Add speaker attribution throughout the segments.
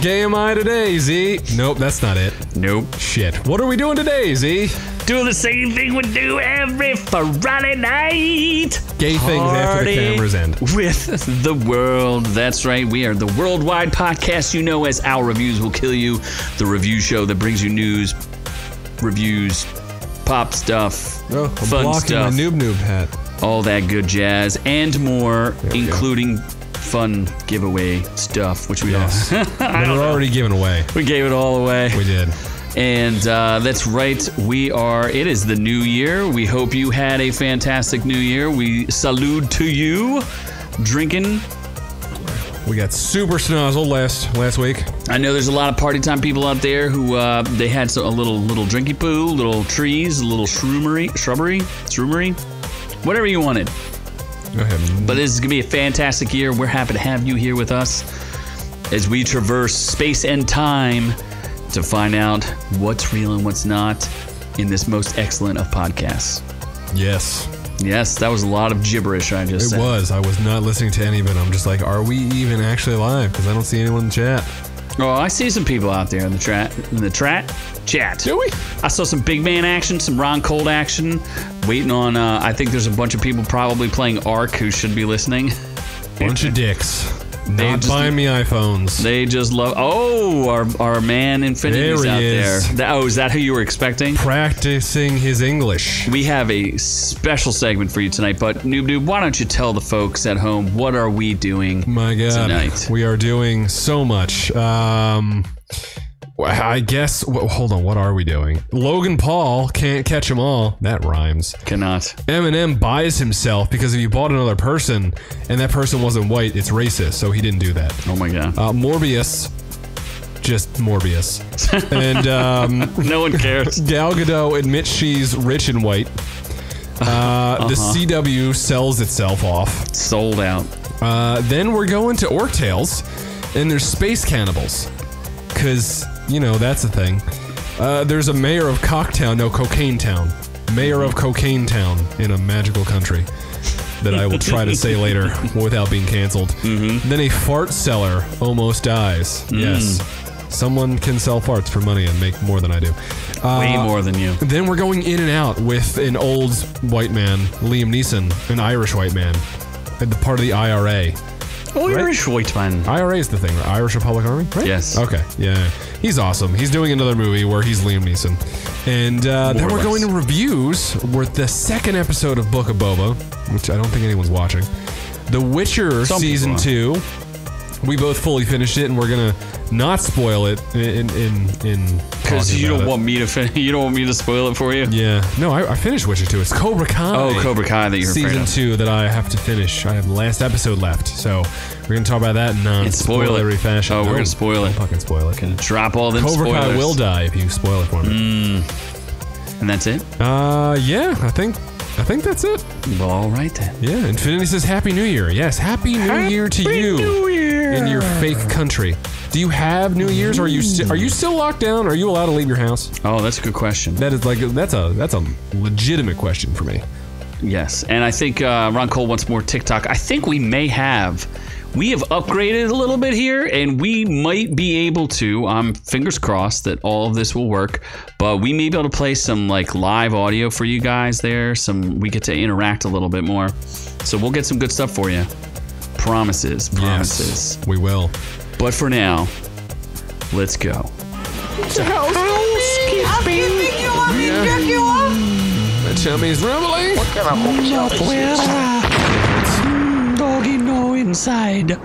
Speaker 1: gay am I today, Z? Nope, that's not it.
Speaker 2: Nope.
Speaker 1: Shit. What are we doing today, Z?
Speaker 2: Do the same thing we do every Friday night.
Speaker 1: Gay things after the
Speaker 2: Party
Speaker 1: cameras end.
Speaker 2: With the world. That's right. We are the worldwide podcast you know as Our Reviews Will Kill You, the review show that brings you news, reviews, pop stuff,
Speaker 1: Oh, I'm
Speaker 2: fun
Speaker 1: blocking
Speaker 2: stuff,
Speaker 1: my noob noob hat.
Speaker 2: all that good jazz, and more,
Speaker 1: we go.
Speaker 2: including fun giveaway stuff, which we
Speaker 1: Yes.
Speaker 2: all.
Speaker 1: That we're already giving away.
Speaker 2: We gave it all away.
Speaker 1: We did.
Speaker 2: And uh, that's right. We are. It is the new year. We hope you had a fantastic new year. We salute to you. Drinking.
Speaker 1: We got super snozzled last last week.
Speaker 2: I know there's a lot of party time people out there who uh, they had so, a little little drinky poo, little trees, a little shroomery, shrubbery, shroomery, whatever you wanted.
Speaker 1: Go ahead.
Speaker 2: But this is gonna be a fantastic year. We're happy to have you here with us as we traverse space and time to find out what's real and what's not in this most excellent of podcasts.
Speaker 1: Yes,
Speaker 2: Yes, that was a lot of gibberish I just
Speaker 1: it
Speaker 2: said.
Speaker 1: was. I was not listening to any of it. I'm just like, are we even actually live? Because I don't see anyone in the chat.
Speaker 2: Oh, I see some people out there in the chat, in the trat chat.
Speaker 1: we?
Speaker 2: I saw some big man action, some Ron Cold action. Waiting on. Uh, I think there's a bunch of people probably playing Ark who should be listening.
Speaker 1: Bunch of dicks.
Speaker 2: They
Speaker 1: Not
Speaker 2: just-
Speaker 1: buying me iPhones.
Speaker 2: They just love. Oh, our our man Infinity's
Speaker 1: There
Speaker 2: out
Speaker 1: he
Speaker 2: there.
Speaker 1: is.
Speaker 2: That- oh, is that who you were expecting?
Speaker 1: practicing his English.
Speaker 2: We have a special segment for you tonight, but Noob Noob, why don't you tell the folks at home what are we doing?
Speaker 1: My God,
Speaker 2: Tonight.
Speaker 1: we are doing so much. Um, wh- I guess. wh- Hold on, what are we doing? Logan Paul can't catch them all. That rhymes.
Speaker 2: Cannot.
Speaker 1: Eminem buys himself because if you bought another person and that person wasn't white, it's racist. So he didn't do that.
Speaker 2: Oh my god.
Speaker 1: Uh, Morbius, just Morbius, and um,
Speaker 2: no one cares.
Speaker 1: Gal Gadot admits she's rich and white. Uh, The CW sells itself off.
Speaker 2: Sold out.
Speaker 1: Uh, then we're going to Orc Tales, and there's space cannibals. Because, you know, that's a thing. Uh, there's a mayor of Cocktown, no, Cocaine Town. Mayor of Cocaine Town in a magical country that I will try to say later without being canceled. Then a fart seller almost dies. Yes. Someone can sell farts for money and make more than I do. Uh,
Speaker 2: Way more than you.
Speaker 1: then we're going in and out with an old white man, Liam Neeson, an Irish white man, and the part of the IRA.
Speaker 2: Irish white man.
Speaker 1: IRA is the thing, right? Irish Republic Army, right?
Speaker 2: Yes.
Speaker 1: Okay, yeah. He's awesome. He's doing another movie where he's Liam Neeson. And uh, then
Speaker 2: or
Speaker 1: we're
Speaker 2: less.
Speaker 1: going to reviews with the second episode of Book of Boba, which I don't think anyone's watching. The Witcher
Speaker 2: Some
Speaker 1: Season
Speaker 2: people
Speaker 1: 2. We both fully finished it, and we're going to not spoil it in. in, in
Speaker 2: Because
Speaker 1: talking
Speaker 2: you
Speaker 1: about
Speaker 2: don't
Speaker 1: it.
Speaker 2: want me to fin- you don't want me to spoil it for you.
Speaker 1: Yeah. No, I, I finished Witcher 2. It's Cobra Kai.
Speaker 2: Oh, Cobra Kai that you're afraid
Speaker 1: Season
Speaker 2: of.
Speaker 1: 2 that I have to finish. I have the last episode left. So we're going to talk about that in non
Speaker 2: And spoil it.
Speaker 1: spoilery fashion.
Speaker 2: Oh, we're
Speaker 1: No,
Speaker 2: gonna spoil it.
Speaker 1: Don't fucking spoil it.
Speaker 2: Drop all them
Speaker 1: Cobra
Speaker 2: spoilers.
Speaker 1: Kai will die if you spoil it for
Speaker 2: Mm.
Speaker 1: me.
Speaker 2: And that's it.
Speaker 1: Uh, yeah, I think. I think that's it.
Speaker 2: Well, all right then.
Speaker 1: Yeah, Infinity says Happy New Year. Yes, Happy New Year to you in your fake country. Do you have New Year's? Are you sti- are you still locked down? Are you allowed to leave your house?
Speaker 2: Oh, that's a good question.
Speaker 1: That is like that's a that's a legitimate question for me.
Speaker 2: Yes, and I think uh, Ron Cole wants more TikTok. I think we may have. We have upgraded a little bit here, and we might be able to. Um, fingers crossed that all of this will work, but we may be able to play some like live audio for you guys there. Some we get to interact a little bit more, so we'll get some good stuff for you. Promises, promises.
Speaker 1: we will.
Speaker 2: But for now, let's go.
Speaker 3: I'll keep picking you up and jerk you off.
Speaker 1: My tummy's rumbling.
Speaker 2: uh, hmm, Doggy, no inside.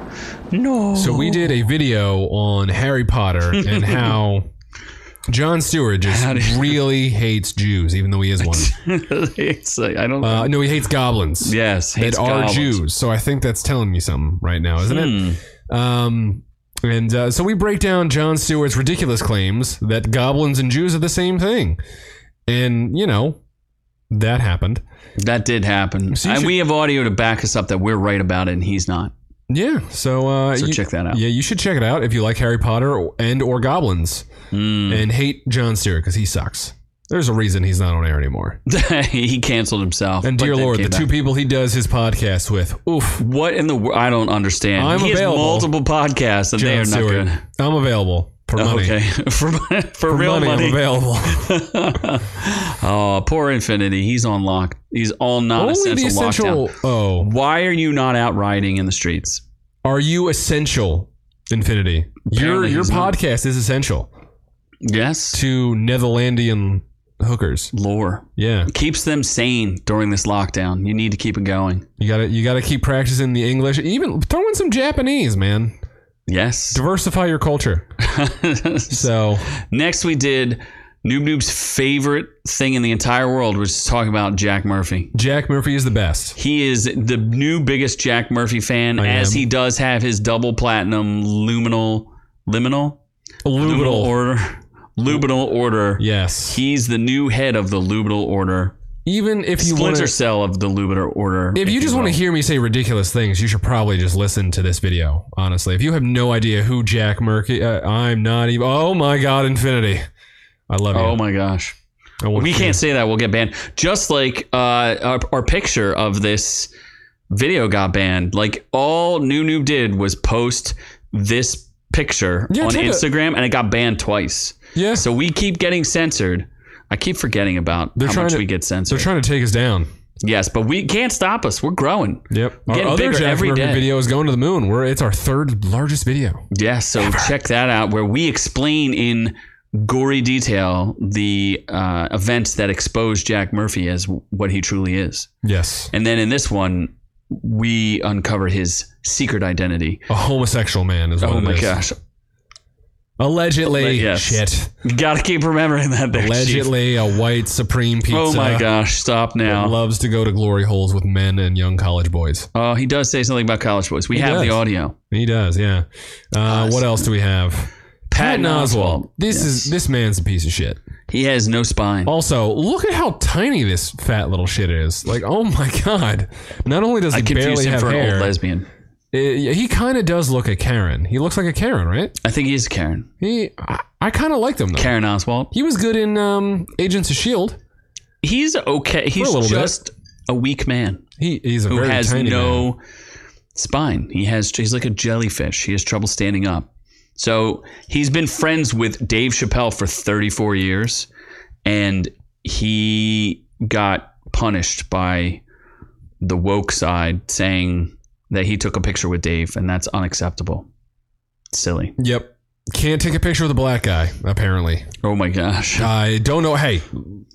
Speaker 2: No.
Speaker 1: So we did a video on Harry Potter and how John Stewart just
Speaker 2: How did-
Speaker 1: really hates Jews, even though he is one.
Speaker 2: it's like, I don't.
Speaker 1: Uh, no, he hates goblins.
Speaker 2: yes,
Speaker 1: that
Speaker 2: hates
Speaker 1: are
Speaker 2: goblins.
Speaker 1: Jews. So I think that's telling me something right now, isn't
Speaker 2: Hmm.
Speaker 1: it? Um, and uh, so we break down John Stewart's ridiculous claims that goblins and Jews are the same thing, and you know that happened.
Speaker 2: That did happen.
Speaker 1: So you
Speaker 2: and
Speaker 1: should-
Speaker 2: we have audio to back us up that we're right about it and he's not.
Speaker 1: Yeah. So, uh,
Speaker 2: So
Speaker 1: you-
Speaker 2: check that out.
Speaker 1: Yeah, you should check it
Speaker 2: Mm.
Speaker 1: out if you like Harry Potter or- and or goblins, and hate John Stewart because he sucks. There's a reason he's not on air anymore.
Speaker 2: he canceled himself.
Speaker 1: And
Speaker 2: but
Speaker 1: dear
Speaker 2: then
Speaker 1: Lord,
Speaker 2: came
Speaker 1: the two
Speaker 2: back.
Speaker 1: people he does his podcast with. Oof.
Speaker 2: What in the world? I don't understand.
Speaker 1: I'm
Speaker 2: he
Speaker 1: available.
Speaker 2: has multiple podcasts, and they
Speaker 1: John
Speaker 2: are not
Speaker 1: Stewart.
Speaker 2: good.
Speaker 1: I'm available for money.
Speaker 2: Okay, for, for
Speaker 1: For
Speaker 2: real
Speaker 1: money,
Speaker 2: money.
Speaker 1: I'm available.
Speaker 2: Oh, poor Infinity. He's on lock. He's all
Speaker 1: Only
Speaker 2: non-essential
Speaker 1: the essential.
Speaker 2: lockdown.
Speaker 1: Oh,
Speaker 2: Why are you not out riding in the streets?
Speaker 1: are you essential? Infinity. Your
Speaker 2: Apparently
Speaker 1: your
Speaker 2: he's not.
Speaker 1: podcast is essential
Speaker 2: Yes,
Speaker 1: to Netherlandian hookers.
Speaker 2: lore
Speaker 1: Yeah,
Speaker 2: keeps them sane during this lockdown. You need to keep it going.
Speaker 1: you gotta you gotta keep practicing the English. Even throw in some Japanese, man.
Speaker 2: Yes.
Speaker 1: Diversify your culture. So
Speaker 2: Next, we did Noob Noob's favorite thing in the entire world, which is talking about Jack Murphy.
Speaker 1: Jack Murphy is the best.
Speaker 2: He is the new biggest Jack Murphy fan, as
Speaker 1: am.
Speaker 2: he does have his double platinum luminal, liminal, luminal
Speaker 1: Luminal.
Speaker 2: order, luminal order.
Speaker 1: Yes.
Speaker 2: He's the new head of the luminal order,
Speaker 1: Even if you want
Speaker 2: splinter
Speaker 1: to
Speaker 2: cell of the luminal order.
Speaker 1: If you just want to
Speaker 2: will.
Speaker 1: hear me say ridiculous things, you should probably just listen to this video. Honestly, if you have no idea who Jack Murphy, uh, I'm not even. Oh my God, Infinity! I love you.
Speaker 2: Oh my gosh.
Speaker 1: I want
Speaker 2: We
Speaker 1: you.
Speaker 2: can't say that. We'll get banned. Just like uh, our, our picture of this video got banned. Like all New Noob did was post this picture
Speaker 1: Yeah,
Speaker 2: on
Speaker 1: try to-
Speaker 2: Instagram, and it got banned twice.
Speaker 1: Yeah,
Speaker 2: So we keep getting censored. I keep forgetting about
Speaker 1: They're
Speaker 2: how
Speaker 1: trying
Speaker 2: much
Speaker 1: to-
Speaker 2: we get
Speaker 1: they're
Speaker 2: censored.
Speaker 1: trying to take us down.
Speaker 2: yes, but we can't stop us. We're growing.
Speaker 1: Yep. Our
Speaker 2: Getting
Speaker 1: other
Speaker 2: bigger
Speaker 1: Jack
Speaker 2: every
Speaker 1: Murphy
Speaker 2: day.
Speaker 1: video is going to the moon. We're it's our third largest video.
Speaker 2: Yeah, so check that out where we explain in gory detail the uh, events that expose Jack Murphy as what he truly is.
Speaker 1: Yes,
Speaker 2: And then in this one, we uncover his secret identity.
Speaker 1: a homosexual man is what
Speaker 2: Oh
Speaker 1: it
Speaker 2: my
Speaker 1: is.
Speaker 2: gosh. Alle-
Speaker 1: Allegedly,
Speaker 2: yes.
Speaker 1: shit.
Speaker 2: You gotta keep remembering that there. Chief.
Speaker 1: Allegedly, uh, a white supreme pizza.
Speaker 2: Oh my gosh, stop
Speaker 1: that
Speaker 2: now.
Speaker 1: Loves to go to glory holes with men and young college boys.
Speaker 2: Oh, he does say something about college boys. We have the
Speaker 1: does.
Speaker 2: audio.
Speaker 1: He does, yeah. Uh, what else do we have?
Speaker 2: Patton
Speaker 1: Oswalt.
Speaker 2: Oswalt.
Speaker 1: This is this man's a piece of shit.
Speaker 2: He has no spine.
Speaker 1: Also, look at how tiny this fat little shit is. Like, oh my god! Not only does
Speaker 2: I
Speaker 1: he
Speaker 2: confused
Speaker 1: barely
Speaker 2: him
Speaker 1: have
Speaker 2: for an
Speaker 1: hair,
Speaker 2: old lesbian.
Speaker 1: eh, he kind of does look a Karen. He looks like a Karen, right?
Speaker 2: I think he is Karen.
Speaker 1: He, I, I kind of liked him though.
Speaker 2: Karen Oswald.
Speaker 1: He was good in um, Agents of Shield.
Speaker 2: He's okay. He's
Speaker 1: little bit.
Speaker 2: just a weak man
Speaker 1: He, he's a
Speaker 2: who
Speaker 1: very
Speaker 2: has
Speaker 1: tiny man.
Speaker 2: no spine. He has he's like a jellyfish. He has trouble standing up. So he's been friends with Dave Chappelle for 34 years, and he got punished by the woke side saying that he took a picture with Dave, and that's unacceptable. Silly.
Speaker 1: Yep. Can't take a picture with a black guy. Apparently,
Speaker 2: Oh my gosh.
Speaker 1: I don't know. Hey,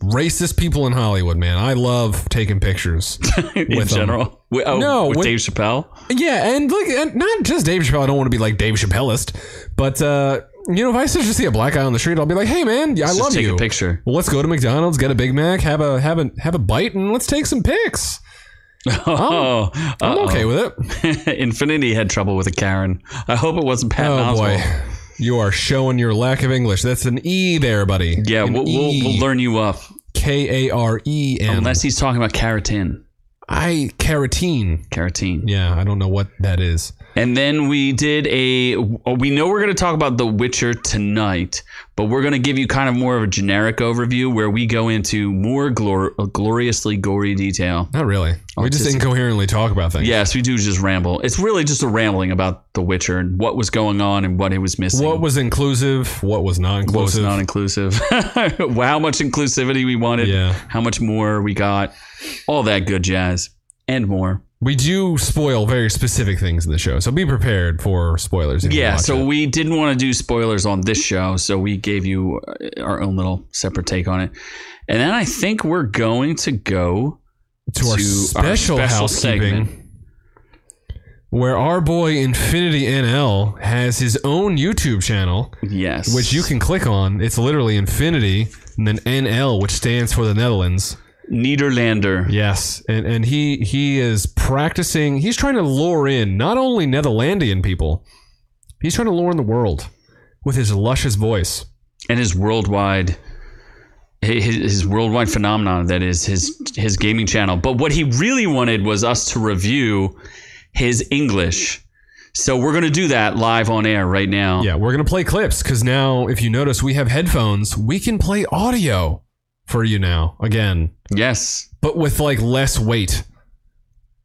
Speaker 1: racist people in Hollywood, man. I love taking pictures.
Speaker 2: In
Speaker 1: with him.
Speaker 2: general, Wi- oh,
Speaker 1: No,
Speaker 2: with
Speaker 1: with-
Speaker 2: Dave Chappelle.
Speaker 1: Yeah, and like and not just Dave Chappelle. I don't want to be like Dave Chappelleist, but uh, you know, if I just see a black guy on the street, I'll be like, "Hey, man, I
Speaker 2: Just
Speaker 1: love
Speaker 2: take
Speaker 1: you."
Speaker 2: a picture.
Speaker 1: Well, let's go to McDonald's, get a Big Mac, have a have a have a bite, and let's take some pics.
Speaker 2: Oh,
Speaker 1: I'm
Speaker 2: uh-oh.
Speaker 1: okay with it.
Speaker 2: Infinity had trouble with a Karen. I hope it wasn't Pat
Speaker 1: Oh
Speaker 2: Oswalt.
Speaker 1: boy, you are showing your lack of English. That's an E there, buddy.
Speaker 2: Yeah,
Speaker 1: An
Speaker 2: we'll, we'll,
Speaker 1: E.
Speaker 2: we'll learn you up.
Speaker 1: K A R E N.
Speaker 2: Unless he's talking about keratin.
Speaker 1: I carotene.
Speaker 2: Keratin.
Speaker 1: Yeah, I don't know what that is.
Speaker 2: And then we did a. We know we're going to talk about The Witcher tonight, but we're going to give you kind of more of a generic overview where we go into more glor- gloriously gory detail.
Speaker 1: Not really. We just
Speaker 2: Autistic.
Speaker 1: incoherently talk about things.
Speaker 2: Yes, we do just ramble. It's really just a rambling about The Witcher and what was going on and what it was missing.
Speaker 1: What was inclusive? What was not
Speaker 2: What was
Speaker 1: inclusive?
Speaker 2: not inclusive? how much inclusivity we wanted?
Speaker 1: Yeah.
Speaker 2: How much more we got? All that good jazz and more.
Speaker 1: We do spoil very specific things in the show, so be prepared for spoilers. if you
Speaker 2: Yeah,
Speaker 1: watch
Speaker 2: so
Speaker 1: it.
Speaker 2: we didn't want to do spoilers on this show, so we gave you uh, our own little separate take on it. And then I think we're going to go.
Speaker 1: to our
Speaker 2: to our
Speaker 1: special,
Speaker 2: special
Speaker 1: housekeeping, where our boy Infinity NL has his own YouTube channel,
Speaker 2: Yes.
Speaker 1: which you can click on. It's literally Infinity and then NL, which stands for the Netherlands.
Speaker 2: Niederlander.
Speaker 1: Yes, and and he he is practicing. He's trying to lure in not only Netherlandian people, he's trying to lure in the world with his luscious voice.
Speaker 2: And his worldwide. hi- His, his worldwide phenomenon that is his his gaming channel. But what he really wanted was us to review his English. So we're going to do that live on air right now.
Speaker 1: Yeah, we're gonna play clips because now, if you notice, we have headphones. We can play audio for you now again,
Speaker 2: Yes.
Speaker 1: but with like less weight.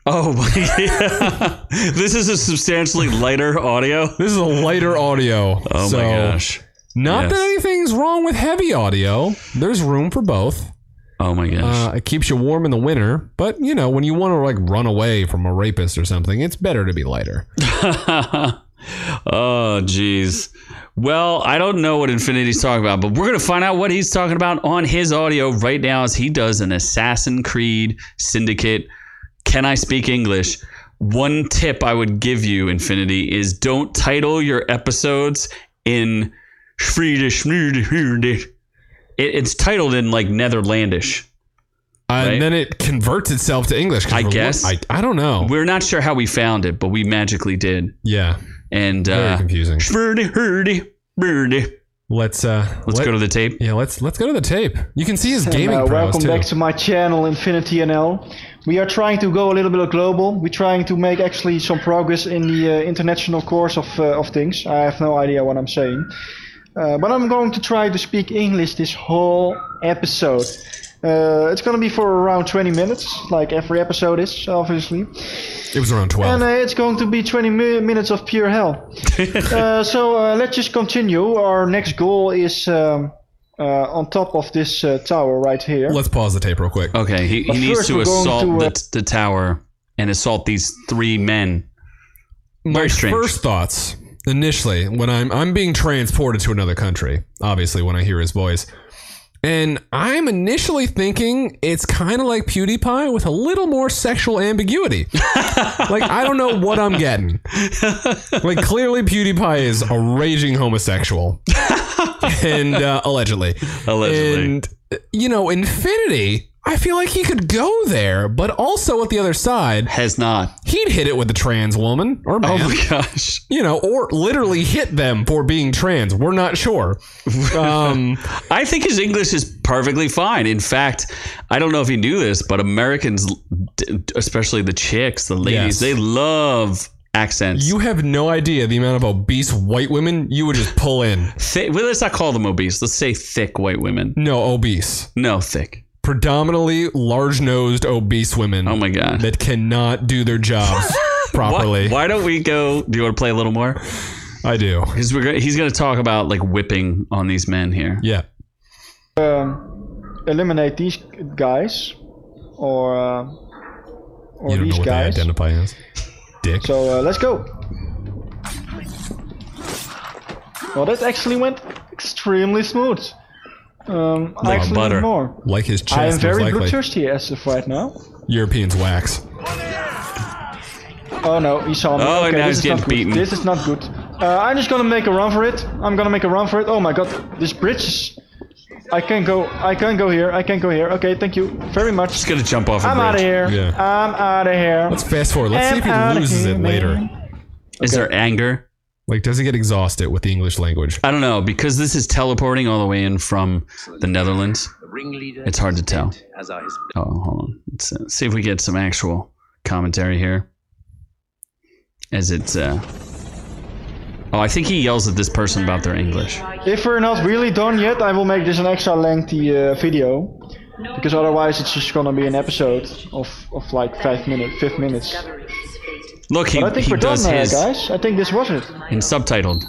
Speaker 2: Oh, yeah. this is a substantially lighter audio.
Speaker 1: This is a lighter audio.
Speaker 2: Oh
Speaker 1: so
Speaker 2: my gosh.
Speaker 1: Not
Speaker 2: Yes.
Speaker 1: that anything's wrong with heavy audio. There's room for both.
Speaker 2: Oh my gosh.
Speaker 1: Uh, it keeps you warm in the winter, but you know when you want to like run away from a rapist or something, it's better to be lighter. Uh,
Speaker 2: uh, oh jeez. Well, I don't know what Infinity's talking about, but we're gonna find out what he's talking about on his audio right now as he does an Assassin Creed Syndicate. Can I speak English? One tip I would give you, Infinity, is don't title your episodes in Swedish. It, it's titled in like Netherlandish.
Speaker 1: And
Speaker 2: Right.
Speaker 1: then it converts itself to English. 'cause
Speaker 2: I
Speaker 1: we're-
Speaker 2: guess.
Speaker 1: I, I don't know.
Speaker 2: We're not sure how we found it, but we magically did.
Speaker 1: yeah,
Speaker 2: And
Speaker 1: very
Speaker 2: uh,
Speaker 1: confusing.
Speaker 2: Birdie, birdie, birdie.
Speaker 1: Let's uh,
Speaker 2: Let's
Speaker 1: let-
Speaker 2: go to the tape.
Speaker 1: yeah, let's let's go to the tape. You can see his gaming
Speaker 4: And, uh,
Speaker 1: prowess
Speaker 4: welcome
Speaker 1: too.
Speaker 4: back to my channel Infinity NL. We are trying to go a little bit global. We're trying to make actually some progress in the uh, international course of uh, of things. I have no idea what I'm saying, uh, but I'm going to try to speak English this whole episode. Uh, it's going to be for around 20 minutes, like every episode is, obviously.
Speaker 1: it was around twelve.
Speaker 4: And uh, it's going to be 20 mi- minutes of pure hell. uh, so uh, let's just continue. Our next goal is um, uh, on top of this uh, tower right here.
Speaker 1: let's pause the tape real quick.
Speaker 2: Okay, he, he
Speaker 4: But
Speaker 2: needs
Speaker 4: first
Speaker 2: to
Speaker 4: we're going
Speaker 2: assault
Speaker 4: to, uh,
Speaker 2: the, the tower and assault these three men.
Speaker 1: My
Speaker 2: strange.
Speaker 1: first thoughts initially when I'm I'm being transported to another country, obviously when I hear his voice. And I'm initially thinking it's kind of like PewDiePie with a little more sexual ambiguity. like I don't know what I'm getting. Like clearly PewDiePie is a raging homosexual, and uh, allegedly,
Speaker 2: Allegedly.
Speaker 1: and uh, you know Infinity. I feel like he could go there, but also at the other side,
Speaker 2: Has not.
Speaker 1: he'd hit it with a trans woman or man
Speaker 2: Oh my gosh.
Speaker 1: you know, or literally hit them for being trans. We're not sure. Um,
Speaker 2: I think his English is perfectly fine. In fact, I don't know if he knew this, but Americans, d- especially the chicks, the ladies,
Speaker 1: Yes.
Speaker 2: they love accents.
Speaker 1: you have no idea the amount of obese white women you would just pull in.
Speaker 2: Thi- well, let's not call them obese. Let's say thick white women.
Speaker 1: No, obese.
Speaker 2: No, thick.
Speaker 1: Predominantly large nosed, obese women
Speaker 2: Oh my god.
Speaker 1: that cannot do their jobs
Speaker 2: Why-
Speaker 1: properly.
Speaker 2: Why, don't we go? Do you want to play a little more?
Speaker 1: I do.
Speaker 2: Because we're go- he's going to talk about like whipping on these men here.
Speaker 1: Yeah.
Speaker 4: uh, eliminate these guys or uh,
Speaker 1: You
Speaker 4: or
Speaker 1: don't know
Speaker 4: these
Speaker 1: what
Speaker 4: guys.
Speaker 1: they identify as. Dick.
Speaker 4: So uh, let's go. Well, that actually went extremely smooth. Um, I actually
Speaker 2: butter.
Speaker 4: need more.
Speaker 1: like his
Speaker 4: I am
Speaker 1: chest, most
Speaker 4: very
Speaker 1: likely.
Speaker 4: bloodthirsty as of right now.
Speaker 1: Europeans wax.
Speaker 4: Oh no, he saw me.
Speaker 2: Oh,
Speaker 4: okay,
Speaker 2: now
Speaker 4: this
Speaker 2: he's
Speaker 4: is not
Speaker 2: getting
Speaker 4: good.
Speaker 2: beaten.
Speaker 4: This is not good. Uh, I'm just gonna make a run for it. I'm gonna make a run for it. Oh my god, this bridge is. I can't go. I can't go here. I can't go here. Okay, thank you very much.
Speaker 2: He's going to jump off. a
Speaker 4: I'm out of
Speaker 2: bridge.
Speaker 4: here.
Speaker 1: Yeah.
Speaker 4: I'm out of here.
Speaker 1: Let's fast forward. Let's see if
Speaker 4: I'm
Speaker 1: he
Speaker 4: outta
Speaker 1: loses
Speaker 4: here,
Speaker 1: it later.
Speaker 4: man.
Speaker 2: Is there anger?
Speaker 1: Like, does he get exhausted with the English language?
Speaker 2: I don't know because this is teleporting all the way in from the Netherlands.
Speaker 5: Ringleader
Speaker 2: It's hard to tell.
Speaker 5: as I has
Speaker 2: Oh, hold on. Let's uh, see if we get some actual commentary here. As it's. Uh... Oh, I think he yells at this person about their English.
Speaker 4: If we're not really done yet, I will make this an extra lengthy uh, video. Because otherwise, it's just gonna be an episode of, of like five minutes, five minutes.
Speaker 2: Look, he,
Speaker 4: But I think
Speaker 2: he
Speaker 4: we're done,
Speaker 2: does
Speaker 4: uh,
Speaker 2: his
Speaker 4: guys. I think this was it.
Speaker 2: and subtitled.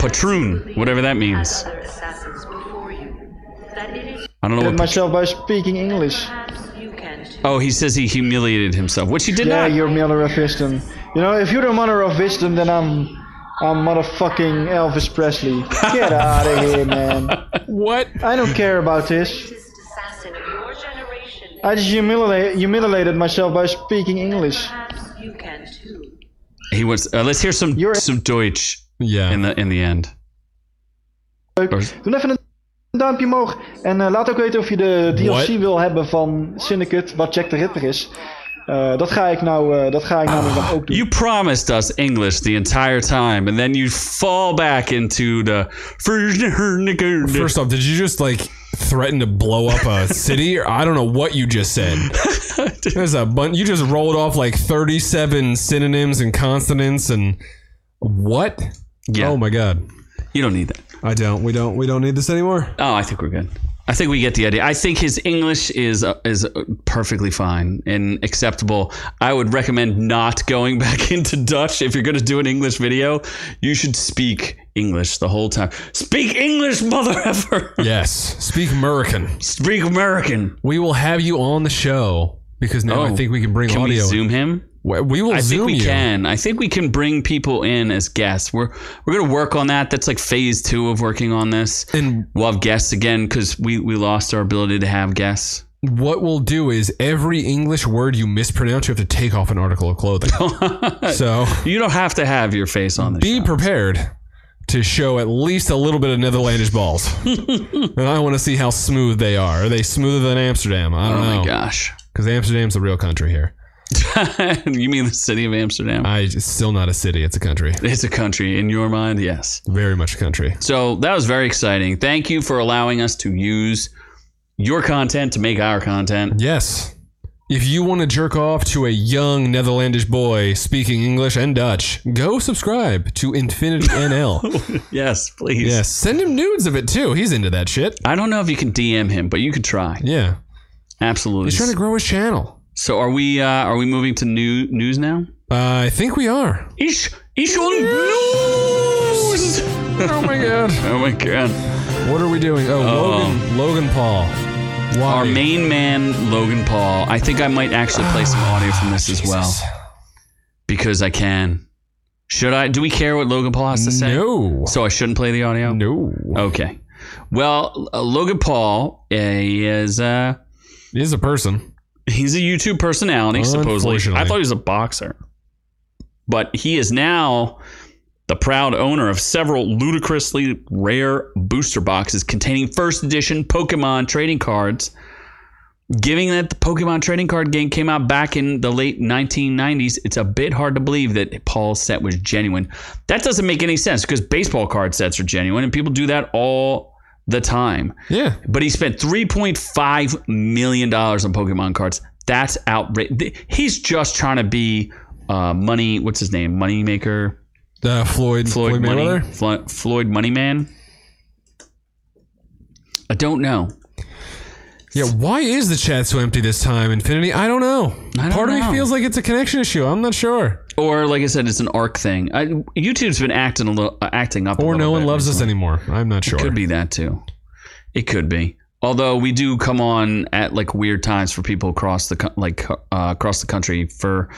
Speaker 2: Patroon, whatever that means.
Speaker 6: other assassins before you. That it is
Speaker 2: I don't know
Speaker 4: Did
Speaker 2: what.
Speaker 4: myself by speaking English.
Speaker 6: perhaps you can too.
Speaker 2: Oh, he says he humiliated himself, which he did
Speaker 4: Yeah,
Speaker 2: not.
Speaker 4: you're mother of wisdom. You know, if you're the mother of wisdom, then I'm, I'm motherfucking Elvis Presley. Get out of here, man.
Speaker 1: What?
Speaker 4: I don't care about this.
Speaker 6: Greatest assassin of your generation.
Speaker 4: I just humiliate, humiliated myself by speaking English.
Speaker 6: Perhaps you can too.
Speaker 2: He was. Uh, let's hear some
Speaker 4: You're-
Speaker 2: some Deutsch
Speaker 1: Yeah.
Speaker 2: in the in the end.
Speaker 4: Leuk. Doe even een duimpje omhoog. En eh, laat ook weten of je de DLC
Speaker 1: What?
Speaker 4: wil hebben van Syndicate, wat Jack the Ripper is. Eh, dat ga ik nou, eh, dat ga ik namelijk dan ook doen.
Speaker 2: You promised us English the entire time, and then you fall back into the
Speaker 1: First off, did you just like threaten to blow up a city? Or I don't know what you just said. There's a bunch. You just rolled off like 37 synonyms and consonants and what?
Speaker 2: Yeah,
Speaker 1: Oh my god.
Speaker 2: you don't need that.
Speaker 1: I don't. We don't. We don't need this anymore.
Speaker 2: Oh, I think we're good. I think we get the idea. I think his English is uh, is uh, perfectly fine and acceptable. I would recommend not going back into Dutch if you're going to do an English video. You should speak English the whole time. Speak English, mother effer.
Speaker 1: Yes. Speak American.
Speaker 2: Speak American.
Speaker 1: We will have you on the show because now I
Speaker 2: Oh.
Speaker 1: think we can bring
Speaker 2: Can
Speaker 1: audio.
Speaker 2: we
Speaker 1: in.
Speaker 2: zoom him?
Speaker 1: We, we will
Speaker 2: I
Speaker 1: zoom
Speaker 2: think we
Speaker 1: you.
Speaker 2: can. I think we can bring people in as guests. We're we're gonna work on that. That's like phase two of working on this.
Speaker 1: And
Speaker 2: We'll have guests again because we we lost our ability to have guests.
Speaker 1: what we'll do is every English word you mispronounce, you have to take off an article of clothing. so
Speaker 2: You don't have to have your face on this.
Speaker 1: be prepared to show at least a little bit of Netherlandish balls. and I want to see how smooth they are. Are they smoother than Amsterdam? I don't
Speaker 2: oh my
Speaker 1: know.
Speaker 2: gosh.
Speaker 1: Because Amsterdam's the real country here.
Speaker 2: you mean the city of Amsterdam?
Speaker 1: I, it's still not a city, it's a country.
Speaker 2: it's a country in your mind, yes.
Speaker 1: Very much a country.
Speaker 2: So that was very exciting. Thank you for allowing us to use your content to make our content.
Speaker 1: Yes. If you want to jerk off to a young Netherlandish boy speaking English and Dutch, go subscribe to Infinity NL.
Speaker 2: Yes, please.
Speaker 1: yes. Send him nudes of it too. He's into that shit.
Speaker 2: I don't know if you can DM him, but you could try.
Speaker 1: Yeah.
Speaker 2: Absolutely.
Speaker 1: He's trying to grow his channel.
Speaker 2: so are we? Uh, are we moving to new news now?
Speaker 1: Uh, I think we are.
Speaker 2: Ish, ish on news.
Speaker 1: oh my god.
Speaker 2: Oh my god.
Speaker 1: What are we doing? Oh, Logan, Logan Paul. Why?
Speaker 2: Our main man, Logan Paul. I think I might actually play some audio from this as well because I can. Should I? Do we care what Logan Paul has to say?
Speaker 1: No.
Speaker 2: So I shouldn't play the audio?
Speaker 1: No.
Speaker 2: Okay. Well, uh, Logan Paul uh, he is uh,
Speaker 1: He is a person.
Speaker 2: he's a YouTube personality, supposedly.
Speaker 1: Unfortunately.
Speaker 2: I thought he was a boxer. But he is now the proud owner of several ludicrously rare booster boxes containing first edition Pokemon trading cards. Given that the Pokemon trading card game came out back in the late 1990s, it's a bit hard to believe that Paul's set was genuine. That doesn't make any sense because baseball card sets are genuine and people do that all the time
Speaker 1: Yeah.
Speaker 2: but he spent 3.5 million dollars on Pokemon cards. That's outrageous. He's just trying to be uh, money. What's his name? Money maker.
Speaker 1: Uh, Floyd.
Speaker 2: Floyd,
Speaker 1: Floyd,
Speaker 2: Money.
Speaker 1: Mayweather.
Speaker 2: Flo- Floyd Money Man. I don't know.
Speaker 1: Yeah. Why is the chat so empty this time, Infinity? I don't know.
Speaker 2: I don't
Speaker 1: Part of
Speaker 2: know.
Speaker 1: me feels like it's a connection issue. I'm not sure.
Speaker 2: Or like I said, it's an arc thing. I, YouTube's been acting a little, uh, acting up. a
Speaker 1: Or
Speaker 2: little
Speaker 1: no one
Speaker 2: bit
Speaker 1: loves us
Speaker 2: recently.
Speaker 1: anymore. I'm not sure.
Speaker 2: Could be that too. It could be. Although we do come on at like weird times for people across the co- like uh, across the country for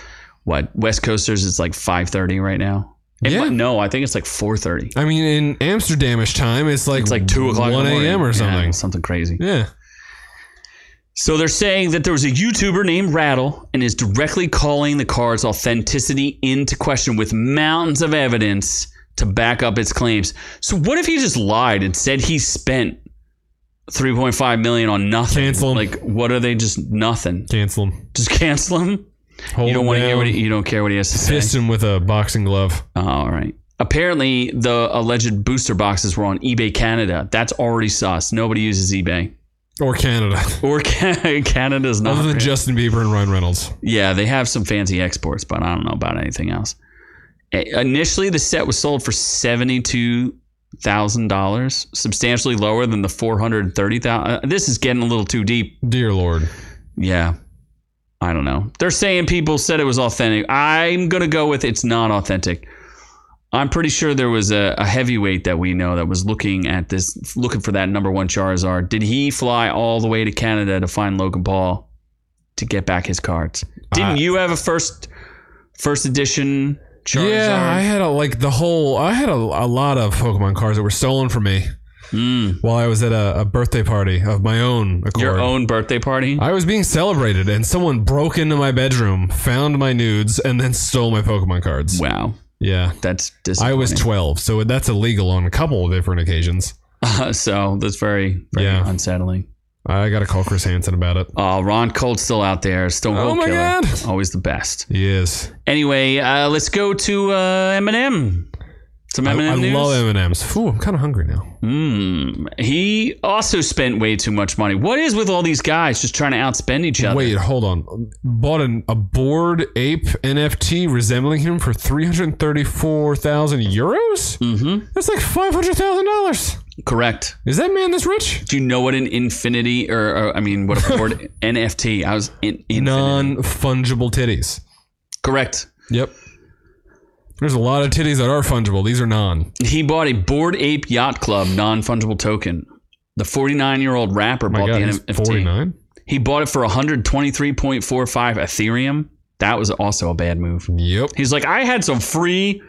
Speaker 2: what West Coasters it's like five thirty right now. It
Speaker 1: Yeah.
Speaker 2: might- no, I think it's like four thirty.
Speaker 1: I mean, in Amsterdamish time, it's like
Speaker 2: It's like two o'clock, in the
Speaker 1: one
Speaker 2: morning.
Speaker 1: a.m. or
Speaker 2: Yeah,
Speaker 1: something.
Speaker 2: something crazy.
Speaker 1: Yeah.
Speaker 2: So they're saying that there was a YouTuber named Rattle and is directly calling the card's authenticity into question with mountains of evidence to back up its claims. So what if he just lied and said he spent 3.5 million on nothing?
Speaker 1: Cancel 'em.
Speaker 2: Like what are they just nothing?
Speaker 1: Cancel him.
Speaker 2: Just cancel him?
Speaker 1: Hold
Speaker 2: You don't
Speaker 1: him
Speaker 2: want to hear
Speaker 1: down.
Speaker 2: what he, you don't care what he has to say.
Speaker 1: Fist him with a boxing glove.
Speaker 2: All right. Apparently, the alleged booster boxes were on eBay Canada. That's already sus. Nobody uses eBay
Speaker 1: Or Canada.
Speaker 2: or Ca- Canada's not.
Speaker 1: Other than
Speaker 2: really-
Speaker 1: Justin Bieber and Ryan Reynolds.
Speaker 2: Yeah, they have some fancy exports, but I don't know about anything else. I- Initially, the set was sold for seventy-two thousand dollars, substantially lower than the four hundred thirty thousand. Uh, This is getting a little too deep.
Speaker 1: Dear Lord.
Speaker 2: Yeah, I don't know. They're saying people said it was authentic. I'm gonna go with it's not authentic. I'm pretty sure there was a, a heavyweight that we know that was looking at this, looking for that number one Charizard. Did he fly all the way to Canada to find Logan Paul to get back his cards? Didn't
Speaker 1: I-
Speaker 2: you have a first first edition Charizard?
Speaker 1: Yeah, I had a, like the whole. I had a, a lot of Pokemon cards that were stolen from me
Speaker 2: Mm,
Speaker 1: while I was at a, a birthday party of my own accord.
Speaker 2: your own birthday party.
Speaker 1: I was being celebrated, and someone broke into my bedroom, found my nudes, and then stole my Pokemon cards.
Speaker 2: wow,
Speaker 1: Yeah.
Speaker 2: that's
Speaker 1: I
Speaker 2: disappointing.
Speaker 1: was 12, so that's illegal on a couple of different occasions.
Speaker 2: so that's very, very
Speaker 1: Yeah.
Speaker 2: unsettling.
Speaker 1: I got to call Chris Hansen about it.
Speaker 2: Oh, Ron Colt's still out there. Stone Cold
Speaker 1: Oh my
Speaker 2: Killer.
Speaker 1: God.
Speaker 2: Always the best.
Speaker 1: Yes.
Speaker 2: Anyway, uh, let's go to uh, Eminem. Some
Speaker 1: I,
Speaker 2: M&M
Speaker 1: I
Speaker 2: news. Hmm.
Speaker 1: love M and M's. Ooh, I'm kind of hungry now.
Speaker 2: He also spent way too much money. What is with all these guys just trying to outspend each other?
Speaker 1: Wait, hold on. Bought an, a board ape NFT resembling him for three hundred thirty-four thousand euros. Mm-hmm. That's like five hundred thousand dollars.
Speaker 2: Correct.
Speaker 1: Is that man this rich?
Speaker 2: Do you know what an infinity or, or I mean what a word NFT? I was in, infinity.
Speaker 1: Non fungible titties.
Speaker 2: Correct.
Speaker 1: Yep. There's a lot of titties that are fungible. These are non.
Speaker 2: He bought a Board Ape Yacht Club non fungible token. The 49 year old rapper
Speaker 1: Oh My
Speaker 2: bought
Speaker 1: God,
Speaker 2: the
Speaker 1: he's
Speaker 2: NFT.
Speaker 1: 49.
Speaker 2: He bought it for 123.45 Ethereum. That was also a bad move.
Speaker 1: Yep.
Speaker 2: He's like, I had some free,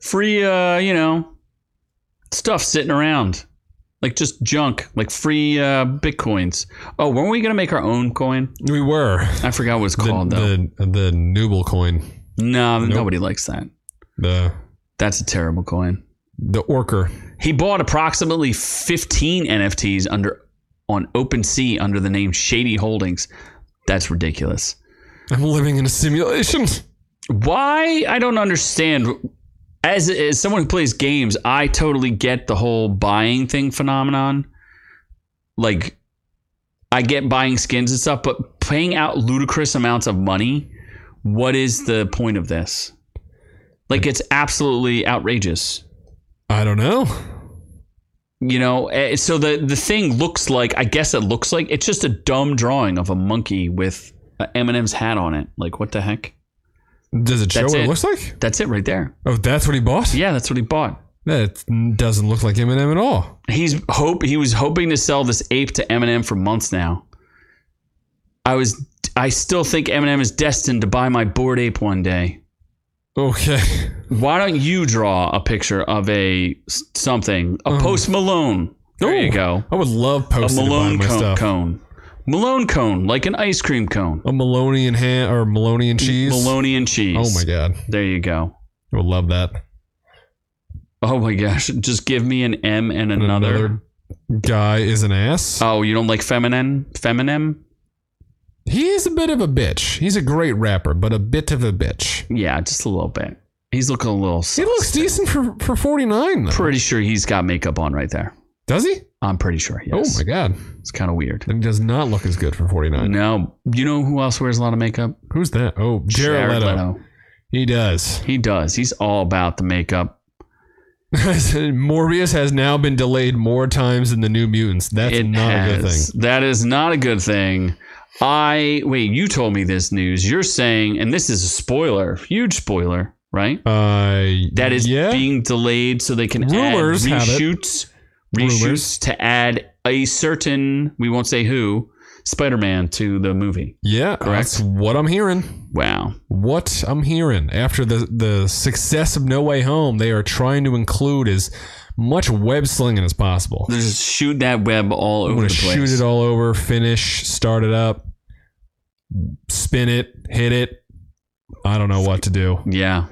Speaker 2: free, uh, you know, stuff sitting around, like just junk, like free uh, bitcoins. Oh, weren't we gonna make our own coin?
Speaker 1: We were
Speaker 2: I forgot what it's
Speaker 1: the
Speaker 2: called though.
Speaker 1: the, the Nooble coin,
Speaker 2: no, nobody likes that.
Speaker 1: the
Speaker 2: That's a terrible coin.
Speaker 1: the Orker.
Speaker 2: He bought approximately 15 NFTs under on OpenSea under the name Shady Holdings. That's ridiculous.
Speaker 1: I'm living in a simulation.
Speaker 2: why I don't understand. As as someone who plays games, I totally get the whole buying thing phenomenon. Like, I get buying skins and stuff, but paying out ludicrous amounts of money. What is the point of this? Like, it's absolutely outrageous.
Speaker 1: I don't know.
Speaker 2: You know, eh, so the the thing looks like I guess it looks like it's just a dumb drawing of a monkey with uh, a M&M's hat on it. Like, what the heck?
Speaker 1: Does it show
Speaker 2: That's
Speaker 1: what it.
Speaker 2: it.
Speaker 1: looks like?
Speaker 2: That's it right there.
Speaker 1: Oh, that's what he bought.
Speaker 2: Yeah, that's what he bought.
Speaker 1: That doesn't look like Eminem at all.
Speaker 2: he's hope he was hoping to sell this ape to Eminem for months now. I was I still think Eminem is destined to buy my board ape one day.
Speaker 1: Okay.
Speaker 2: Why don't you draw a picture of a s- something, a Post Malone? There you
Speaker 1: Ooh,
Speaker 2: go,
Speaker 1: I would love
Speaker 2: a
Speaker 1: posting
Speaker 2: Malone
Speaker 1: my
Speaker 2: cone,
Speaker 1: stuff.
Speaker 2: cone, Malone cone, like an ice cream cone,
Speaker 1: A Maloney and ham or Maloney and cheese.
Speaker 2: Maloney and cheese.
Speaker 1: Oh my god,
Speaker 2: There you go.
Speaker 1: I would love that.
Speaker 2: Oh my gosh, just give me an M and another.
Speaker 1: guy is an ass.
Speaker 2: Oh, you don't like feminine? Feminine?
Speaker 1: he is a bit of a bitch. He's a great rapper, but a bit of a bitch.
Speaker 2: Yeah, just a little bit. He's looking a little.
Speaker 1: He looks decent for for 49 though.
Speaker 2: pretty sure he's got makeup on right there.
Speaker 1: Does he?
Speaker 2: I'm pretty sure.
Speaker 1: Oh
Speaker 2: Yes.
Speaker 1: my god.
Speaker 2: It's kind of weird.
Speaker 1: Then he does not look as good for 49.
Speaker 2: No, you know who else wears a lot of makeup?
Speaker 1: Who's that? Oh, Jared, Leto. He does.
Speaker 2: He does. He's all about the makeup.
Speaker 1: Morbius has now been delayed more times than the New Mutants. That's
Speaker 2: it
Speaker 1: not a good
Speaker 2: has.
Speaker 1: thing.
Speaker 2: That is not a good thing. I wait. You told me this news. You're saying, and this is a spoiler, huge spoiler, right?
Speaker 1: Uh,
Speaker 2: That is
Speaker 1: yeah.
Speaker 2: being delayed so they can add
Speaker 1: Rumors have it.
Speaker 2: reshoots, reshoots
Speaker 1: Rumors.
Speaker 2: to add a certain we won't say who Spider-Man to the movie.
Speaker 1: yeah,
Speaker 2: correct?
Speaker 1: that's what I'm hearing.
Speaker 2: Wow,
Speaker 1: What I'm hearing after the the success of No Way Home, they are trying to include as much web slinging as possible.
Speaker 2: They're just shoot that web all
Speaker 1: I'm
Speaker 2: over
Speaker 1: gonna
Speaker 2: the place.
Speaker 1: shoot it all over, finish, start it up, spin it, hit it. I don't know what to do.
Speaker 2: Yeah.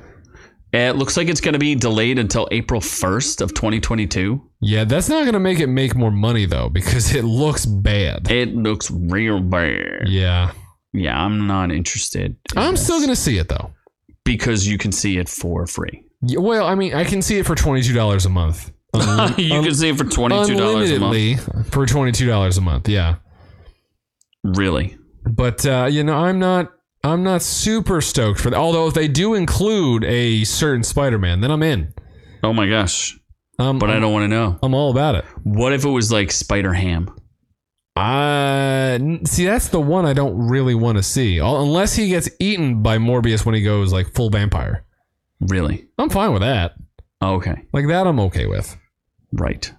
Speaker 2: It looks like it's going to be delayed until April 1st of 2022.
Speaker 1: Yeah, that's not gonna make it make more money though, because it looks bad.
Speaker 2: It looks real bad.
Speaker 1: Yeah,
Speaker 2: Yeah, I'm not interested. in
Speaker 1: I'm
Speaker 2: this
Speaker 1: still gonna see it though.
Speaker 2: because you can see it for free.
Speaker 1: Yeah, Well, I mean, I can see it for twenty two dollars a month. Unlim-
Speaker 2: you
Speaker 1: un-
Speaker 2: can see it for $22 a month.
Speaker 1: unlimitedly for twenty two dollars a month. Yeah,
Speaker 2: Really?
Speaker 1: but uh, you know, I'm not. I'm not super stoked for that. Although if they do include a certain Spider-Man, then I'm in.
Speaker 2: Oh my gosh.
Speaker 1: Um,
Speaker 2: But I don't want to know.
Speaker 1: I'm all about it.
Speaker 2: What if it was like Spider Ham?
Speaker 1: Uh, n- see, that's the one I don't really want to see. Al- Unless he gets eaten by Morbius when he goes like full vampire,
Speaker 2: Really? Oh,
Speaker 1: I'm fine with that.
Speaker 2: Okay.
Speaker 1: Like that, I'm okay with.
Speaker 2: Right.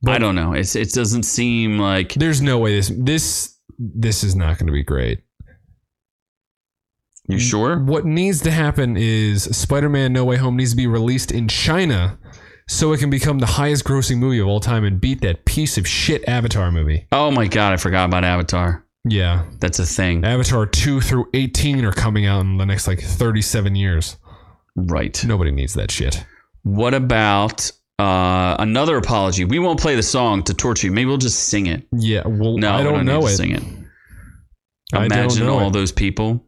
Speaker 1: But-
Speaker 2: I don't know. It's it doesn't seem like
Speaker 1: There's no way this this this is not going to be great.
Speaker 2: you sure?
Speaker 1: What needs to happen is Spider-Man: No Way Home needs to be released in China, so it can become the highest-grossing movie of all time and beat that piece of shit Avatar movie.
Speaker 2: Oh my god, I forgot about Avatar.
Speaker 1: Yeah,
Speaker 2: That's a thing.
Speaker 1: Avatar two through eighteen are coming out in the next like thirty-seven years.
Speaker 2: Right.
Speaker 1: Nobody needs that shit.
Speaker 2: What about uh, another apology? We won't play the song to torture you. Maybe we'll just sing it.
Speaker 1: Yeah, well,
Speaker 2: No,
Speaker 1: I
Speaker 2: we
Speaker 1: don't
Speaker 2: need
Speaker 1: know
Speaker 2: to
Speaker 1: it.
Speaker 2: Sing it.
Speaker 1: I don't
Speaker 2: Imagine
Speaker 1: know
Speaker 2: all
Speaker 1: it.
Speaker 2: those people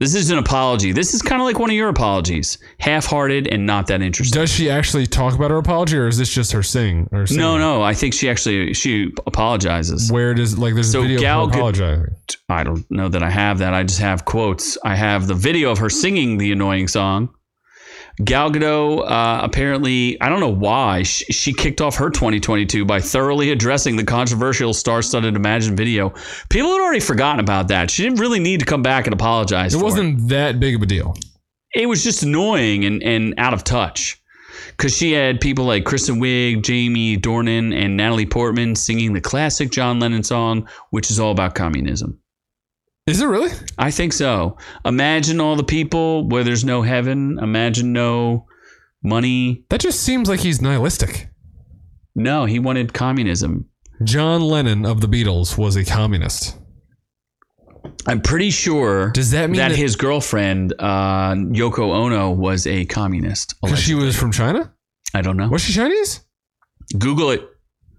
Speaker 2: This is an apology. This is kind of like one of your apologies, half-hearted and not that interesting.
Speaker 1: Does she actually talk about her apology, or is this just her singing? Or singing?
Speaker 2: No, no. I think she actually she apologizes.
Speaker 1: Where does like there's
Speaker 2: So
Speaker 1: a video
Speaker 2: Gal
Speaker 1: of
Speaker 2: Ga-
Speaker 1: her apologizing?
Speaker 2: I don't know that I have that. I just have quotes. I have the video of her singing the annoying song. Gal Gadot uh, apparently, I don't know why, she, she kicked off her 2022 by thoroughly addressing the controversial star-studded Imagine video. People had already forgotten about that. She didn't really need to come back and apologize.
Speaker 1: It
Speaker 2: for
Speaker 1: wasn't that big of a deal.
Speaker 2: it was just annoying and, and out of touch because she had people like Kristen Wiig, Jamie Dornan, and Natalie Portman singing the classic John Lennon song, which is all about communism.
Speaker 1: Is it really?
Speaker 2: I think so. Imagine all the people where there's no heaven. Imagine no money.
Speaker 1: That just seems like he's nihilistic.
Speaker 2: No, he wanted communism.
Speaker 1: John Lennon of the Beatles was a communist.
Speaker 2: I'm pretty sure
Speaker 1: Does that mean
Speaker 2: that,
Speaker 1: that-
Speaker 2: his girlfriend uh, Yoko Ono was a communist?
Speaker 1: Because she was from China?
Speaker 2: I don't know.
Speaker 1: Was she Chinese?
Speaker 2: Google it.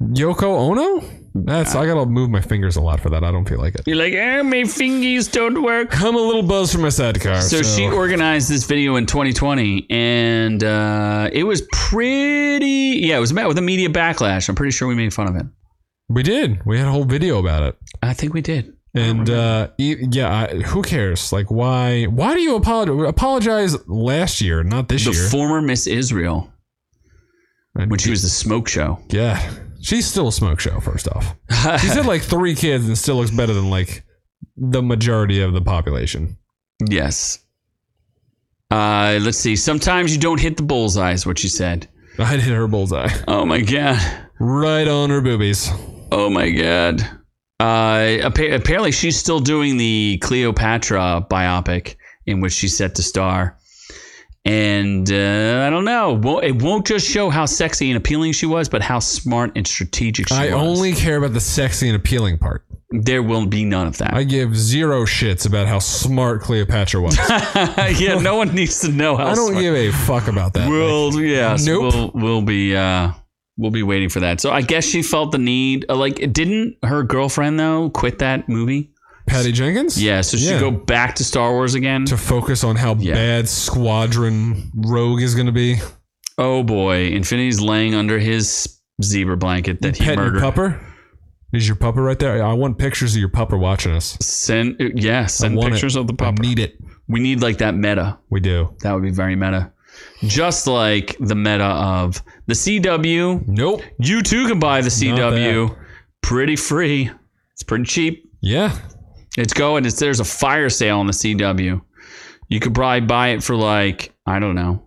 Speaker 1: Yoko Ono? That's I gotta move my fingers a lot for that. I don't feel like it.
Speaker 2: You're like, eh, my fingers don't work.
Speaker 1: Come a little buzz from my sidecar.
Speaker 2: So, she organized this video in 2020, and uh, it was pretty. Yeah, it was met with a media backlash. I'm pretty sure we made fun of it.
Speaker 1: we did. We had a whole video about it.
Speaker 2: I think we did. Oh,
Speaker 1: And uh, e- yeah, I, who cares? Like, why? Why do you apologize? Apologize last year, not this
Speaker 2: The
Speaker 1: year.
Speaker 2: former Miss Israel,
Speaker 1: And-
Speaker 2: when she was the smoke show.
Speaker 1: yeah, she's still a smoke show. First off, she's had like three kids and still looks better than like the majority of the population.
Speaker 2: Yes. Uh, let's see. Sometimes you don't hit the bullseye, is what she said.
Speaker 1: I hit her bullseye
Speaker 2: Oh my god.
Speaker 1: right on her boobies.
Speaker 2: Oh my god. Uh, appa- apparently, she's still doing the Cleopatra biopic in which she's set to star. And uh, I don't know. Wo- It won't just show how sexy and appealing she was, but how smart and strategic she
Speaker 1: I
Speaker 2: was.
Speaker 1: only care about the sexy and appealing part.
Speaker 2: there will be none of that.
Speaker 1: I give zero shits about how smart Cleopatra was.
Speaker 2: yeah, no one needs to know how.
Speaker 1: I don't
Speaker 2: smart.
Speaker 1: give a fuck about that.
Speaker 2: We'll yes,
Speaker 1: Nope.
Speaker 2: we'll we'll be uh, we'll be waiting for that. So I guess she felt the need. uh, Like, didn't her girlfriend though quit that movie?
Speaker 1: Patty Jenkins?
Speaker 2: Yeah, so she
Speaker 1: Yeah.
Speaker 2: go back to Star Wars again.
Speaker 1: To focus on how
Speaker 2: Yeah.
Speaker 1: bad Squadron Rogue is going to be.
Speaker 2: Oh boy, Infinity's laying under his zebra blanket that he
Speaker 1: Pet your
Speaker 2: murdered.
Speaker 1: pupper? Is your pupper right there? I want pictures of your pupper watching us.
Speaker 2: Send uh, yeah,
Speaker 1: I
Speaker 2: send
Speaker 1: want
Speaker 2: pictures
Speaker 1: it.
Speaker 2: of the
Speaker 1: I
Speaker 2: pupper.
Speaker 1: need it.
Speaker 2: we need like that meta.
Speaker 1: We do.
Speaker 2: That would be very meta. Just like the meta of the CW.
Speaker 1: Nope.
Speaker 2: You too can buy the CW.
Speaker 1: bad.
Speaker 2: Pretty free. It's pretty cheap.
Speaker 1: Yeah.
Speaker 2: It's going. It's there's a fire sale on the CW. You could probably buy it for like I don't know,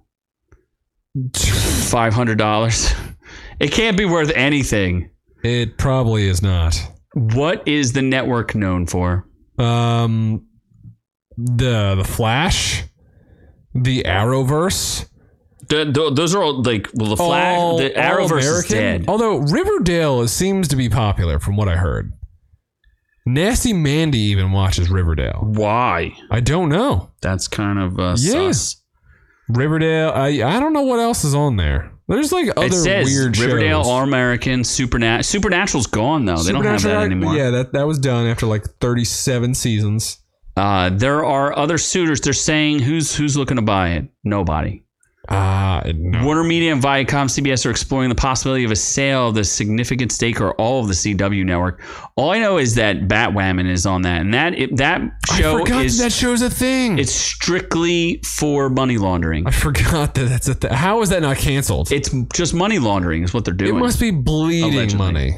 Speaker 2: five hundred dollars. It can't be worth anything.
Speaker 1: It probably is not.
Speaker 2: What is the network known for?
Speaker 1: Um, the the Flash, the Arrowverse,
Speaker 2: Th- th- those are all Oh. like well, the flag,
Speaker 1: all-
Speaker 2: the
Speaker 1: all
Speaker 2: Arrowverse is
Speaker 1: American.
Speaker 2: dead.
Speaker 1: Although Riverdale seems to be popular, from what I heard. Nasty Mandy even watches Riverdale.
Speaker 2: Why?
Speaker 1: I don't know.
Speaker 2: That's kind of uh,
Speaker 1: Yeah.
Speaker 2: sus.
Speaker 1: Riverdale. I I don't know what else is on there. There's like other
Speaker 2: It says
Speaker 1: weird
Speaker 2: Riverdale,
Speaker 1: shows.
Speaker 2: All American, Supernat- Supernatural's gone though. They don't have that
Speaker 1: Supernatural,
Speaker 2: anymore.
Speaker 1: Yeah, that that was done after like 37 seasons.
Speaker 2: Uh, there are other suitors. They're saying who's who's looking to buy it. Nobody.
Speaker 1: Ah, no.
Speaker 2: Warner Media and Viacom CBS are exploring the possibility of a sale of the significant stake or all of the CW network. All I know is that Batwoman is on that, and that it, that
Speaker 1: I
Speaker 2: show
Speaker 1: forgot
Speaker 2: is
Speaker 1: that show's a thing.
Speaker 2: it's strictly for money laundering.
Speaker 1: I forgot that that's a thing. How is that not canceled?
Speaker 2: It's just money laundering is what they're
Speaker 1: It
Speaker 2: doing.
Speaker 1: must be bleeding
Speaker 2: Allegedly.
Speaker 1: money.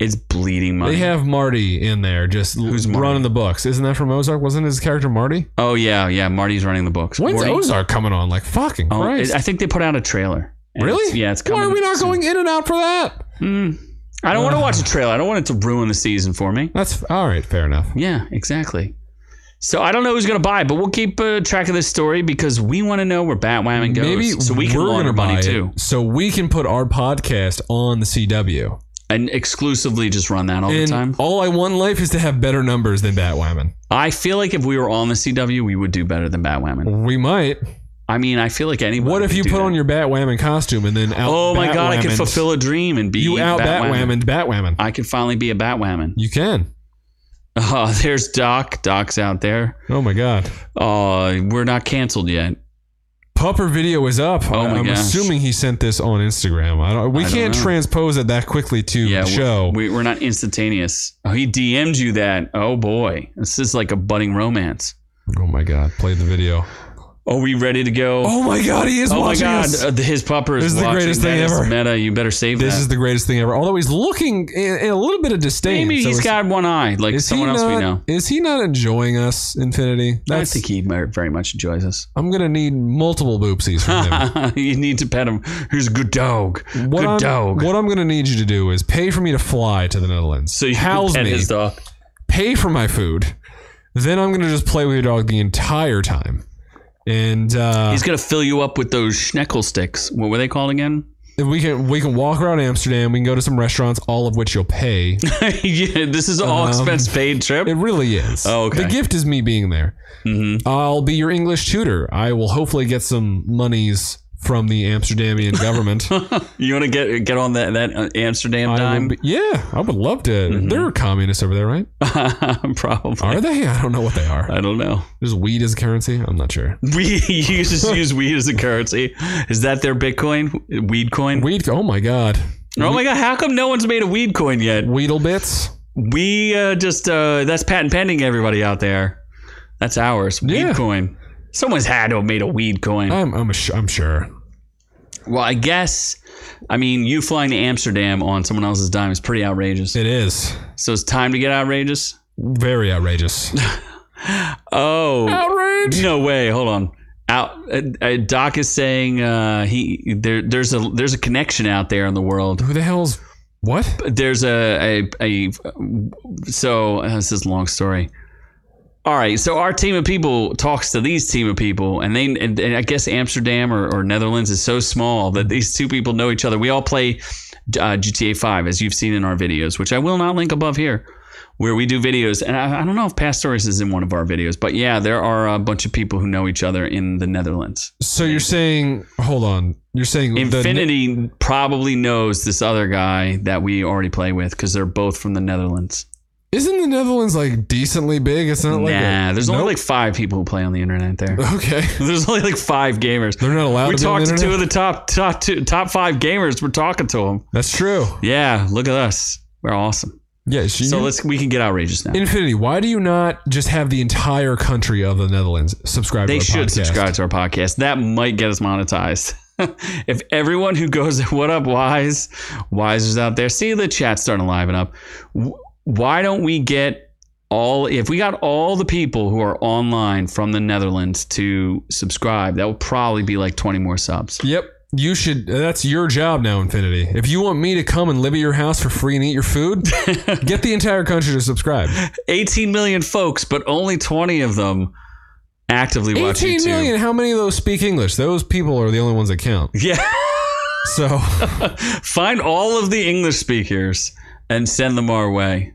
Speaker 2: it's bleeding money.
Speaker 1: They have Marty in there just
Speaker 2: Who's Marty?
Speaker 1: running the books. Isn't that from Ozark? Wasn't his character Marty?
Speaker 2: oh yeah, yeah. Marty's running the books.
Speaker 1: When's
Speaker 2: Morty-
Speaker 1: Ozark coming on? Like fucking
Speaker 2: Oh,
Speaker 1: Christ.
Speaker 2: I think they put out a trailer. And
Speaker 1: really?
Speaker 2: it's- yeah, it's coming.
Speaker 1: Why are we not
Speaker 2: soon. Hmm.
Speaker 1: going in and out for that?
Speaker 2: I don't want to watch a trailer. I don't want it to ruin the season for me.
Speaker 1: That's all right. Fair enough.
Speaker 2: Yeah, exactly. So I don't know who's gonna buy, it, but we'll keep uh, track of this story because we want to know where Batwoman goes,
Speaker 1: Maybe
Speaker 2: so we can
Speaker 1: we're
Speaker 2: launder
Speaker 1: gonna buy
Speaker 2: money
Speaker 1: it
Speaker 2: too,
Speaker 1: so we can put our podcast on the CW.
Speaker 2: and exclusively just run that all the
Speaker 1: and
Speaker 2: time.
Speaker 1: all I want in life is to have better numbers than Batwoman.
Speaker 2: I feel like if we were on the CW, we would do better than Batwoman.
Speaker 1: We might.
Speaker 2: I mean, I feel like anybody.
Speaker 1: What if
Speaker 2: could
Speaker 1: you
Speaker 2: do
Speaker 1: put
Speaker 2: that.
Speaker 1: on your Batwoman costume and then out?
Speaker 2: Oh my god, I could
Speaker 1: Batwoman'd-
Speaker 2: fulfill a dream and be
Speaker 1: you out
Speaker 2: Batwoman.
Speaker 1: Batwoman. Batwoman.
Speaker 2: I could finally be a Batwoman.
Speaker 1: You can.
Speaker 2: Uh, there's Doc. Doc's out there.
Speaker 1: Oh my god.
Speaker 2: Uh, we're not canceled yet.
Speaker 1: Pupper video is up.
Speaker 2: Oh
Speaker 1: I-
Speaker 2: my
Speaker 1: I'm
Speaker 2: gosh.
Speaker 1: assuming he sent this on Instagram. I don't, we
Speaker 2: don't
Speaker 1: can't
Speaker 2: know.
Speaker 1: transpose it that quickly to
Speaker 2: Yeah,
Speaker 1: the
Speaker 2: we-
Speaker 1: show.
Speaker 2: We, we're not instantaneous. Oh, he DM'd you that. Oh boy, this is like a budding romance.
Speaker 1: oh my god, play the video.
Speaker 2: Are we ready to go?
Speaker 1: Oh my god, he is
Speaker 2: Oh my
Speaker 1: watching
Speaker 2: God!
Speaker 1: us.
Speaker 2: Uh, the- his pupper is
Speaker 1: This is the
Speaker 2: watching.
Speaker 1: greatest
Speaker 2: That
Speaker 1: thing
Speaker 2: is
Speaker 1: ever.
Speaker 2: Meta, you better save
Speaker 1: this
Speaker 2: that.
Speaker 1: is the greatest thing ever. Although he's looking in, in a little bit of disdain.
Speaker 2: Maybe
Speaker 1: so
Speaker 2: he's
Speaker 1: is-
Speaker 2: got one eye, like
Speaker 1: Is
Speaker 2: someone
Speaker 1: he
Speaker 2: else
Speaker 1: not,
Speaker 2: we know.
Speaker 1: Is he not enjoying us, Infinity?
Speaker 2: I
Speaker 1: That's,
Speaker 2: think he mer- very much enjoys us.
Speaker 1: I'm gonna need multiple boopsies from him.
Speaker 2: you need to pet him. He's a good dog.
Speaker 1: What
Speaker 2: good
Speaker 1: I'm,
Speaker 2: dog.
Speaker 1: what I'm gonna need you to do is pay for me to fly to the Netherlands.
Speaker 2: so you
Speaker 1: house
Speaker 2: pet
Speaker 1: me,
Speaker 2: his dog.
Speaker 1: pay for my food, then I'm gonna just play with your dog the entire time. And uh,
Speaker 2: He's gonna fill you up with those schneckle sticks. What were they called again?
Speaker 1: If we can we can walk around Amsterdam. We can go to some restaurants, all of which you'll pay.
Speaker 2: yeah, this is an all expense paid trip.
Speaker 1: Um, It really is.
Speaker 2: Oh, okay. Mm-hmm.
Speaker 1: The gift is me being there. I'll be your English tutor. I will hopefully get some monies from the Amsterdamian government.
Speaker 2: you want to get get on that that uh, Amsterdam
Speaker 1: I
Speaker 2: dime? Mm-hmm.
Speaker 1: would be- yeah, I would love to. There are communists over there, right?
Speaker 2: Probably.
Speaker 1: Are they? I don't know what they are.
Speaker 2: I don't know.
Speaker 1: There's weed as a currency. I'm not sure.
Speaker 2: We you just use weed as a currency. Is that their Bitcoin? Weed coin?
Speaker 1: Weed. Oh my god.
Speaker 2: oh my god! How come no one's made a weed coin yet?
Speaker 1: Weedle bits.
Speaker 2: We uh, just uh, that's patent pending. Everybody out there, that's ours. Weed
Speaker 1: Yeah. Uh,
Speaker 2: coin. Someone's had to have made a weed coin.
Speaker 1: I'm I'm, sh- I'm sure.
Speaker 2: well, I guess. I mean, you flying to Amsterdam on someone else's dime is pretty outrageous.
Speaker 1: It is
Speaker 2: so it's time to get outrageous.
Speaker 1: very outrageous.
Speaker 2: Oh,
Speaker 1: Outrage.
Speaker 2: No way. Hold on. Out. Uh, uh, Doc is saying uh, he there. There's a there's a connection out there in the world.
Speaker 1: Who the hell's what?
Speaker 2: There's a a, a so uh, this is a long story. All right, so our team of people talks to these team of people, and they and, and I guess Amsterdam or, or Netherlands is so small that these two people know each other. We all play uh, GTA Five, as you've seen in our videos, which I will not link above here, where we do videos. And I, I don't know if Pastores is in one of our videos, but yeah, there are a bunch of people who know each other in the Netherlands.
Speaker 1: So you're saying, hold on. You're saying The,
Speaker 2: Infinity probably knows this other guy that we already play with because they're both from the Netherlands.
Speaker 1: isn't the Netherlands like decently big? It's not like
Speaker 2: nah,
Speaker 1: a-
Speaker 2: there's only
Speaker 1: Nope.
Speaker 2: like five people who play on the internet there.
Speaker 1: okay.
Speaker 2: There's only like five gamers.
Speaker 1: They're not allowed
Speaker 2: We
Speaker 1: to be on
Speaker 2: talked
Speaker 1: the
Speaker 2: to two
Speaker 1: internet?
Speaker 2: of the top top two top five gamers. We're talking to them.
Speaker 1: That's true.
Speaker 2: Yeah, look at us. We're awesome.
Speaker 1: Yeah. She,
Speaker 2: So let's we can get outrageous now.
Speaker 1: Infinity. Why do you not just have the entire country of the Netherlands subscribe?
Speaker 2: They
Speaker 1: to our
Speaker 2: should
Speaker 1: podcast?
Speaker 2: subscribe to our podcast. That might get us monetized. if everyone who goes, what up, Wise, Wisers out there, see the chat starting to liven up. W- Why don't we get all, if we got all the people who are online from the Netherlands to subscribe, that will probably be like 20 more subs.
Speaker 1: Yep. You should. That's your job now, Infinity. If you want me to come and live at your house for free and eat your food, get the entire country to subscribe.
Speaker 2: 18 million folks, but only 20 of them actively watch
Speaker 1: 18
Speaker 2: YouTube.
Speaker 1: million. How many of those speak English? Those people are the only ones that count.
Speaker 2: Yeah.
Speaker 1: So
Speaker 2: Find all of the English speakers and send them our way.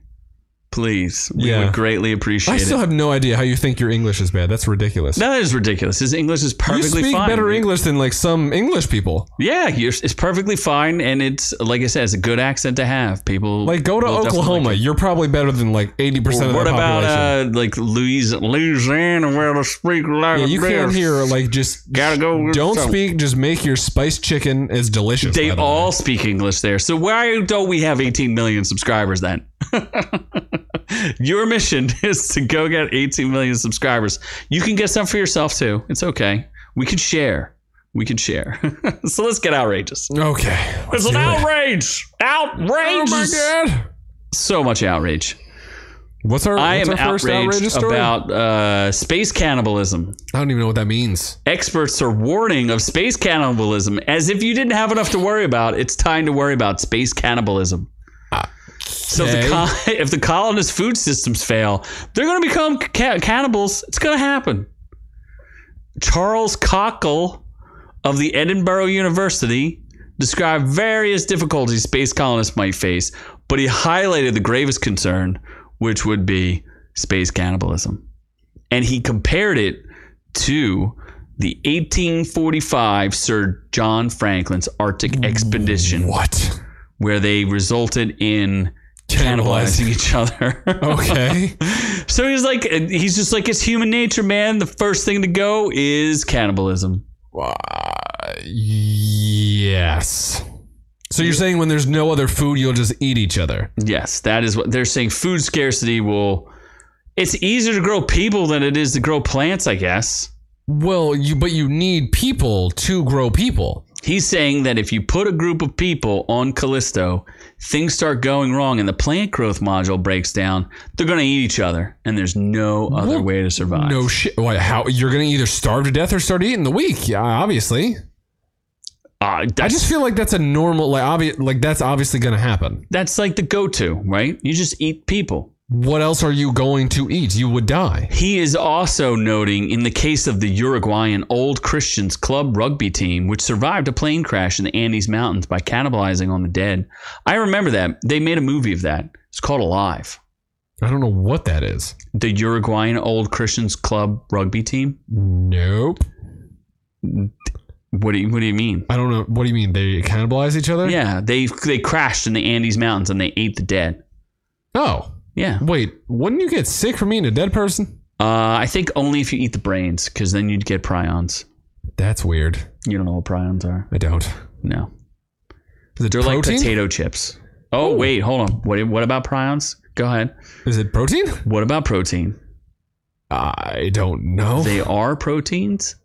Speaker 2: Please. We
Speaker 1: Yeah.
Speaker 2: would greatly appreciate
Speaker 1: I still
Speaker 2: it.
Speaker 1: have no idea how you think your English is bad. That's ridiculous.
Speaker 2: That is ridiculous. His English is
Speaker 1: you
Speaker 2: perfectly
Speaker 1: speak
Speaker 2: fine.
Speaker 1: better English than like some English people.
Speaker 2: Yeah, you're, it's perfectly fine. And it's, like I said, it's a good accent to have. People
Speaker 1: Like go to
Speaker 2: will definitely
Speaker 1: Oklahoma.
Speaker 2: like it.
Speaker 1: You're probably better than like 80% of the
Speaker 2: What
Speaker 1: population.
Speaker 2: about uh, like Louis- Louisiana, where they speak like
Speaker 1: yeah, you
Speaker 2: this?
Speaker 1: can't hear like just
Speaker 2: Gotta go with
Speaker 1: Don't
Speaker 2: some-
Speaker 1: speak. Just make your spiced chicken as delicious.
Speaker 2: They
Speaker 1: by the way.
Speaker 2: all speak English there. So why don't we have 18 million subscribers then? Your mission is to go get 18 million subscribers. You can get some for yourself too. It's okay. We can share. We can share. so let's get outrageous.
Speaker 1: Okay.
Speaker 2: It's
Speaker 1: let's
Speaker 2: an
Speaker 1: do it.
Speaker 2: outrage.
Speaker 1: Oh
Speaker 2: Outrage.
Speaker 1: my god.
Speaker 2: So much outrage.
Speaker 1: What's our
Speaker 2: I
Speaker 1: what's
Speaker 2: am
Speaker 1: our first outrageous
Speaker 2: outraged
Speaker 1: story?
Speaker 2: about uh, space cannibalism.
Speaker 1: I don't even know what that means.
Speaker 2: Experts are warning of space cannibalism. As if you didn't have enough to worry about, it's time to worry about space cannibalism. So if the,
Speaker 1: Okay.
Speaker 2: co- if the colonist food systems fail, they're going to become ca- cannibals. It's going to happen. Charles Cockle of the Edinburgh University described various difficulties space colonists might face, but he highlighted the gravest concern, which would be space cannibalism. And he compared it to the 1845 Sir John Franklin's Arctic expedition
Speaker 1: What?
Speaker 2: where they resulted in cannibalizing each other.
Speaker 1: Okay.
Speaker 2: So he's like, he's just like, it's human nature, man. The first thing to go is cannibalism.
Speaker 1: Uh, yes. So you're saying when there's no other food, you'll just eat each other?
Speaker 2: Yes, that is what they're saying. Food scarcity will. It's easier to grow people than it is to grow plants, I guess.
Speaker 1: Well, you but you need people to grow people.
Speaker 2: He's saying that if you put a group of people on Callisto, things start going wrong and the plant growth module breaks down. They're going to eat each other, and there's no other
Speaker 1: Well,
Speaker 2: way to survive.
Speaker 1: No shit. Why? How you're gonna either starve to death or start eating the weak? Yeah, obviously.
Speaker 2: Uh,
Speaker 1: I
Speaker 2: that's,
Speaker 1: just feel like that's a normal, like obvious, like that's obviously gonna happen.
Speaker 2: that's like the go to, right? You just eat people.
Speaker 1: What else are you going to eat? You would die.
Speaker 2: He is also noting in the case of the Uruguayan Old Christians Club rugby team, which survived a plane crash in the Andes Mountains by cannibalizing on the dead. I remember that. They made a movie of that. It's called Alive.
Speaker 1: I don't know what that is.
Speaker 2: The Uruguayan Old Christians Club rugby team?
Speaker 1: Nope.
Speaker 2: What do you, what do you mean?
Speaker 1: I don't know. What do you mean? They cannibalize each other?
Speaker 2: Yeah, they they crashed in the Andes Mountains and they ate the dead.
Speaker 1: Oh,
Speaker 2: Yeah.
Speaker 1: wait. Wouldn't you get sick from eating a dead person?
Speaker 2: Uh, I think only if you eat the brains, because then you'd get prions.
Speaker 1: That's weird.
Speaker 2: You don't know what prions are.
Speaker 1: I don't.
Speaker 2: No.
Speaker 1: Is it
Speaker 2: They're
Speaker 1: protein?
Speaker 2: like potato chips. Oh, wait, hold on. What, what about prions? Go ahead.
Speaker 1: Is it protein?
Speaker 2: What about protein?
Speaker 1: I don't know.
Speaker 2: They are proteins?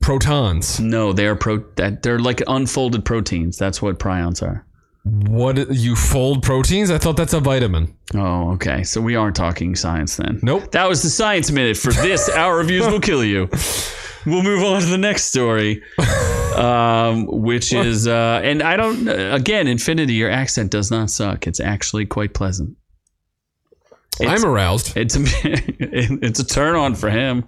Speaker 1: Protons.
Speaker 2: No, they are pro that they're like unfolded proteins. That's what prions are.
Speaker 1: What you fold proteins? I thought that's a vitamin.
Speaker 2: Oh, okay. So we aren't talking science then.
Speaker 1: Nope.
Speaker 2: That was the science minute for this. Our reviews will kill you. We'll move on to the next story, um, which is, uh, and I don't, again, Infinity, your accent does not suck. It's actually quite pleasant. It's-
Speaker 1: I'm aroused.
Speaker 2: It's a it's a turn on for him.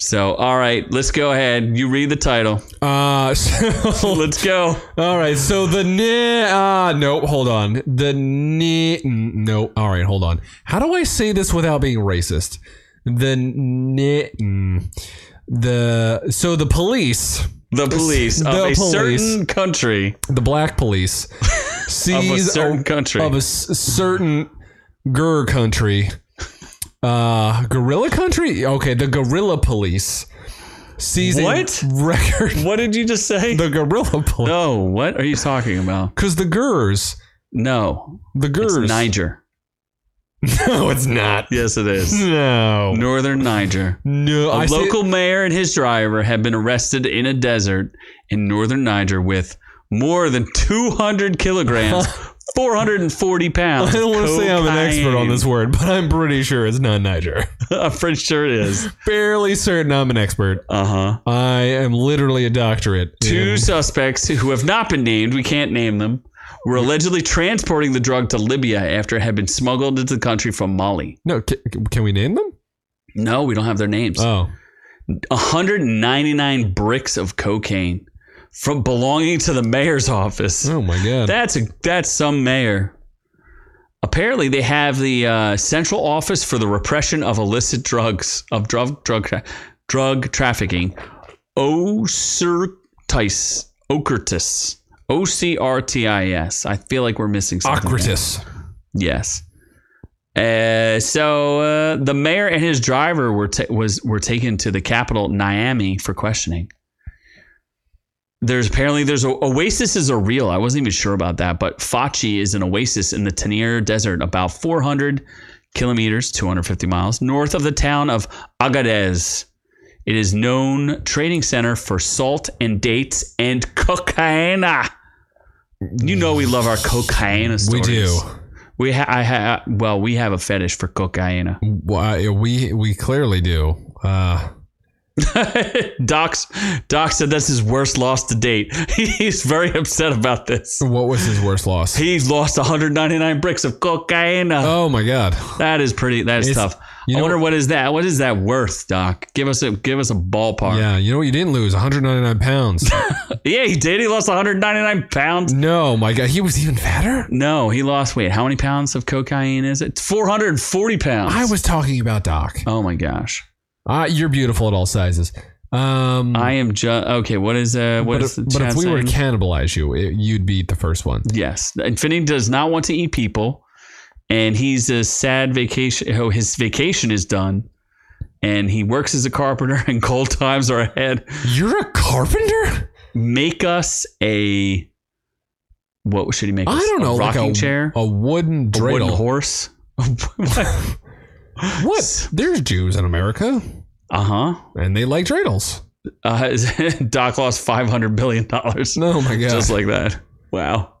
Speaker 2: So, all right, let's go ahead. You read the title.
Speaker 1: Uh, so,
Speaker 2: Let's go.
Speaker 1: all right. So the ni uh, no, hold on. The ni mm, no. All right, hold on. How do I say this without being racist? The ni mm. the so the police,
Speaker 2: The police of
Speaker 1: The
Speaker 2: a
Speaker 1: police.
Speaker 2: certain country.
Speaker 1: the black police, sees
Speaker 2: certain country.
Speaker 1: of a s- certain gur country. Uh, gorilla country. Okay, the gorilla police sees
Speaker 2: What?
Speaker 1: a record.
Speaker 2: What did you just say?
Speaker 1: The gorilla police.
Speaker 2: no, what are you talking about?
Speaker 1: Because the gurs,
Speaker 2: No,
Speaker 1: the
Speaker 2: it's
Speaker 1: gurs.
Speaker 2: Niger.
Speaker 1: No, it's not.
Speaker 2: Yes, it is.
Speaker 1: No, no.
Speaker 2: Northern Niger. A
Speaker 1: I say-
Speaker 2: local mayor and his driver have been arrested in a desert in northern Niger with more than 200 kilograms, 440 pounds.
Speaker 1: I don't want to say I'm an expert on
Speaker 2: cocaine.
Speaker 1: this word, but I'm pretty sure it's not Niger.
Speaker 2: I'm pretty sure it is.
Speaker 1: Barely certain I'm an expert.
Speaker 2: Uh huh.
Speaker 1: I am literally a doctorate.
Speaker 2: Two
Speaker 1: in-
Speaker 2: suspects who have not been named, we can't name them, were allegedly transporting the drug to Libya after it had been smuggled into the country from Mali.
Speaker 1: No, can, can we name them?
Speaker 2: No, we don't have their names.
Speaker 1: Oh,
Speaker 2: 199 bricks of cocaine from belonging to the mayor's office.
Speaker 1: oh my god.
Speaker 2: That's a that's some mayor. Apparently, they have the uh, Central Office for the Repression of Illicit Drugs of Drug Drug tra- Drug Trafficking, OCRTIS, OCRTIS, O C R T I S. I feel like we're missing something. there.
Speaker 1: Ocritus.
Speaker 2: Yes. Uh, so uh, the mayor and his driver were ta- was were taken to the capital Niamey for questioning. There's apparently there's a, oases are real. I wasn't even sure about that, but Fachi is an oasis in the Tanir Desert, about 400 kilometers (250 miles) north of the town of Agadez. It is known trading center for salt and dates and cocaine. You know we love our cocaine
Speaker 1: We
Speaker 2: stories.
Speaker 1: do.
Speaker 2: We ha- I ha- well, we have a fetish for cocaine.
Speaker 1: Why we we clearly do. Uh,
Speaker 2: Doc's Doc said that's his worst loss to date. He's very upset about this.
Speaker 1: what was his worst loss?
Speaker 2: He lost 199 bricks of cocaine. Uh,
Speaker 1: oh my god.
Speaker 2: that is pretty. That is
Speaker 1: It's-
Speaker 2: tough.
Speaker 1: you
Speaker 2: I
Speaker 1: know-
Speaker 2: wonder what is that? What is that worth, Doc? Give us a give us a ballpark. Yeah,
Speaker 1: Yeah, you know what you didn't lose? 199 pounds.
Speaker 2: he did. He lost 199 pounds.
Speaker 1: no, my god, he was even fatter.
Speaker 2: No, he lost. Wait, how many pounds of cocaine is it? 440 pounds.
Speaker 1: I was talking about Doc.
Speaker 2: Oh my gosh.
Speaker 1: Uh, you're beautiful at all sizes. Um,
Speaker 2: I am just okay. What is uh? What
Speaker 1: but
Speaker 2: is
Speaker 1: if,
Speaker 2: the
Speaker 1: but if
Speaker 2: chat
Speaker 1: we were
Speaker 2: saying?
Speaker 1: to cannibalize you, it, you'd be the first one.
Speaker 2: Yes, Infinity does not want to eat people, and he's a sad vacation. Oh, his vacation is done, and he works as a carpenter. And cold times are ahead.
Speaker 1: You're a carpenter?
Speaker 2: Make us a what should he make?
Speaker 1: I
Speaker 2: us?
Speaker 1: don't
Speaker 2: A
Speaker 1: know, like
Speaker 2: rocking
Speaker 1: a
Speaker 2: chair,
Speaker 1: a wooden
Speaker 2: a
Speaker 1: dreidel.
Speaker 2: wooden horse.
Speaker 1: What? There's Jews in America,
Speaker 2: uh huh.
Speaker 1: and they like dreidels.
Speaker 2: Uh, Doc lost five hundred billion dollars.
Speaker 1: Oh my god!
Speaker 2: just like that. Wow,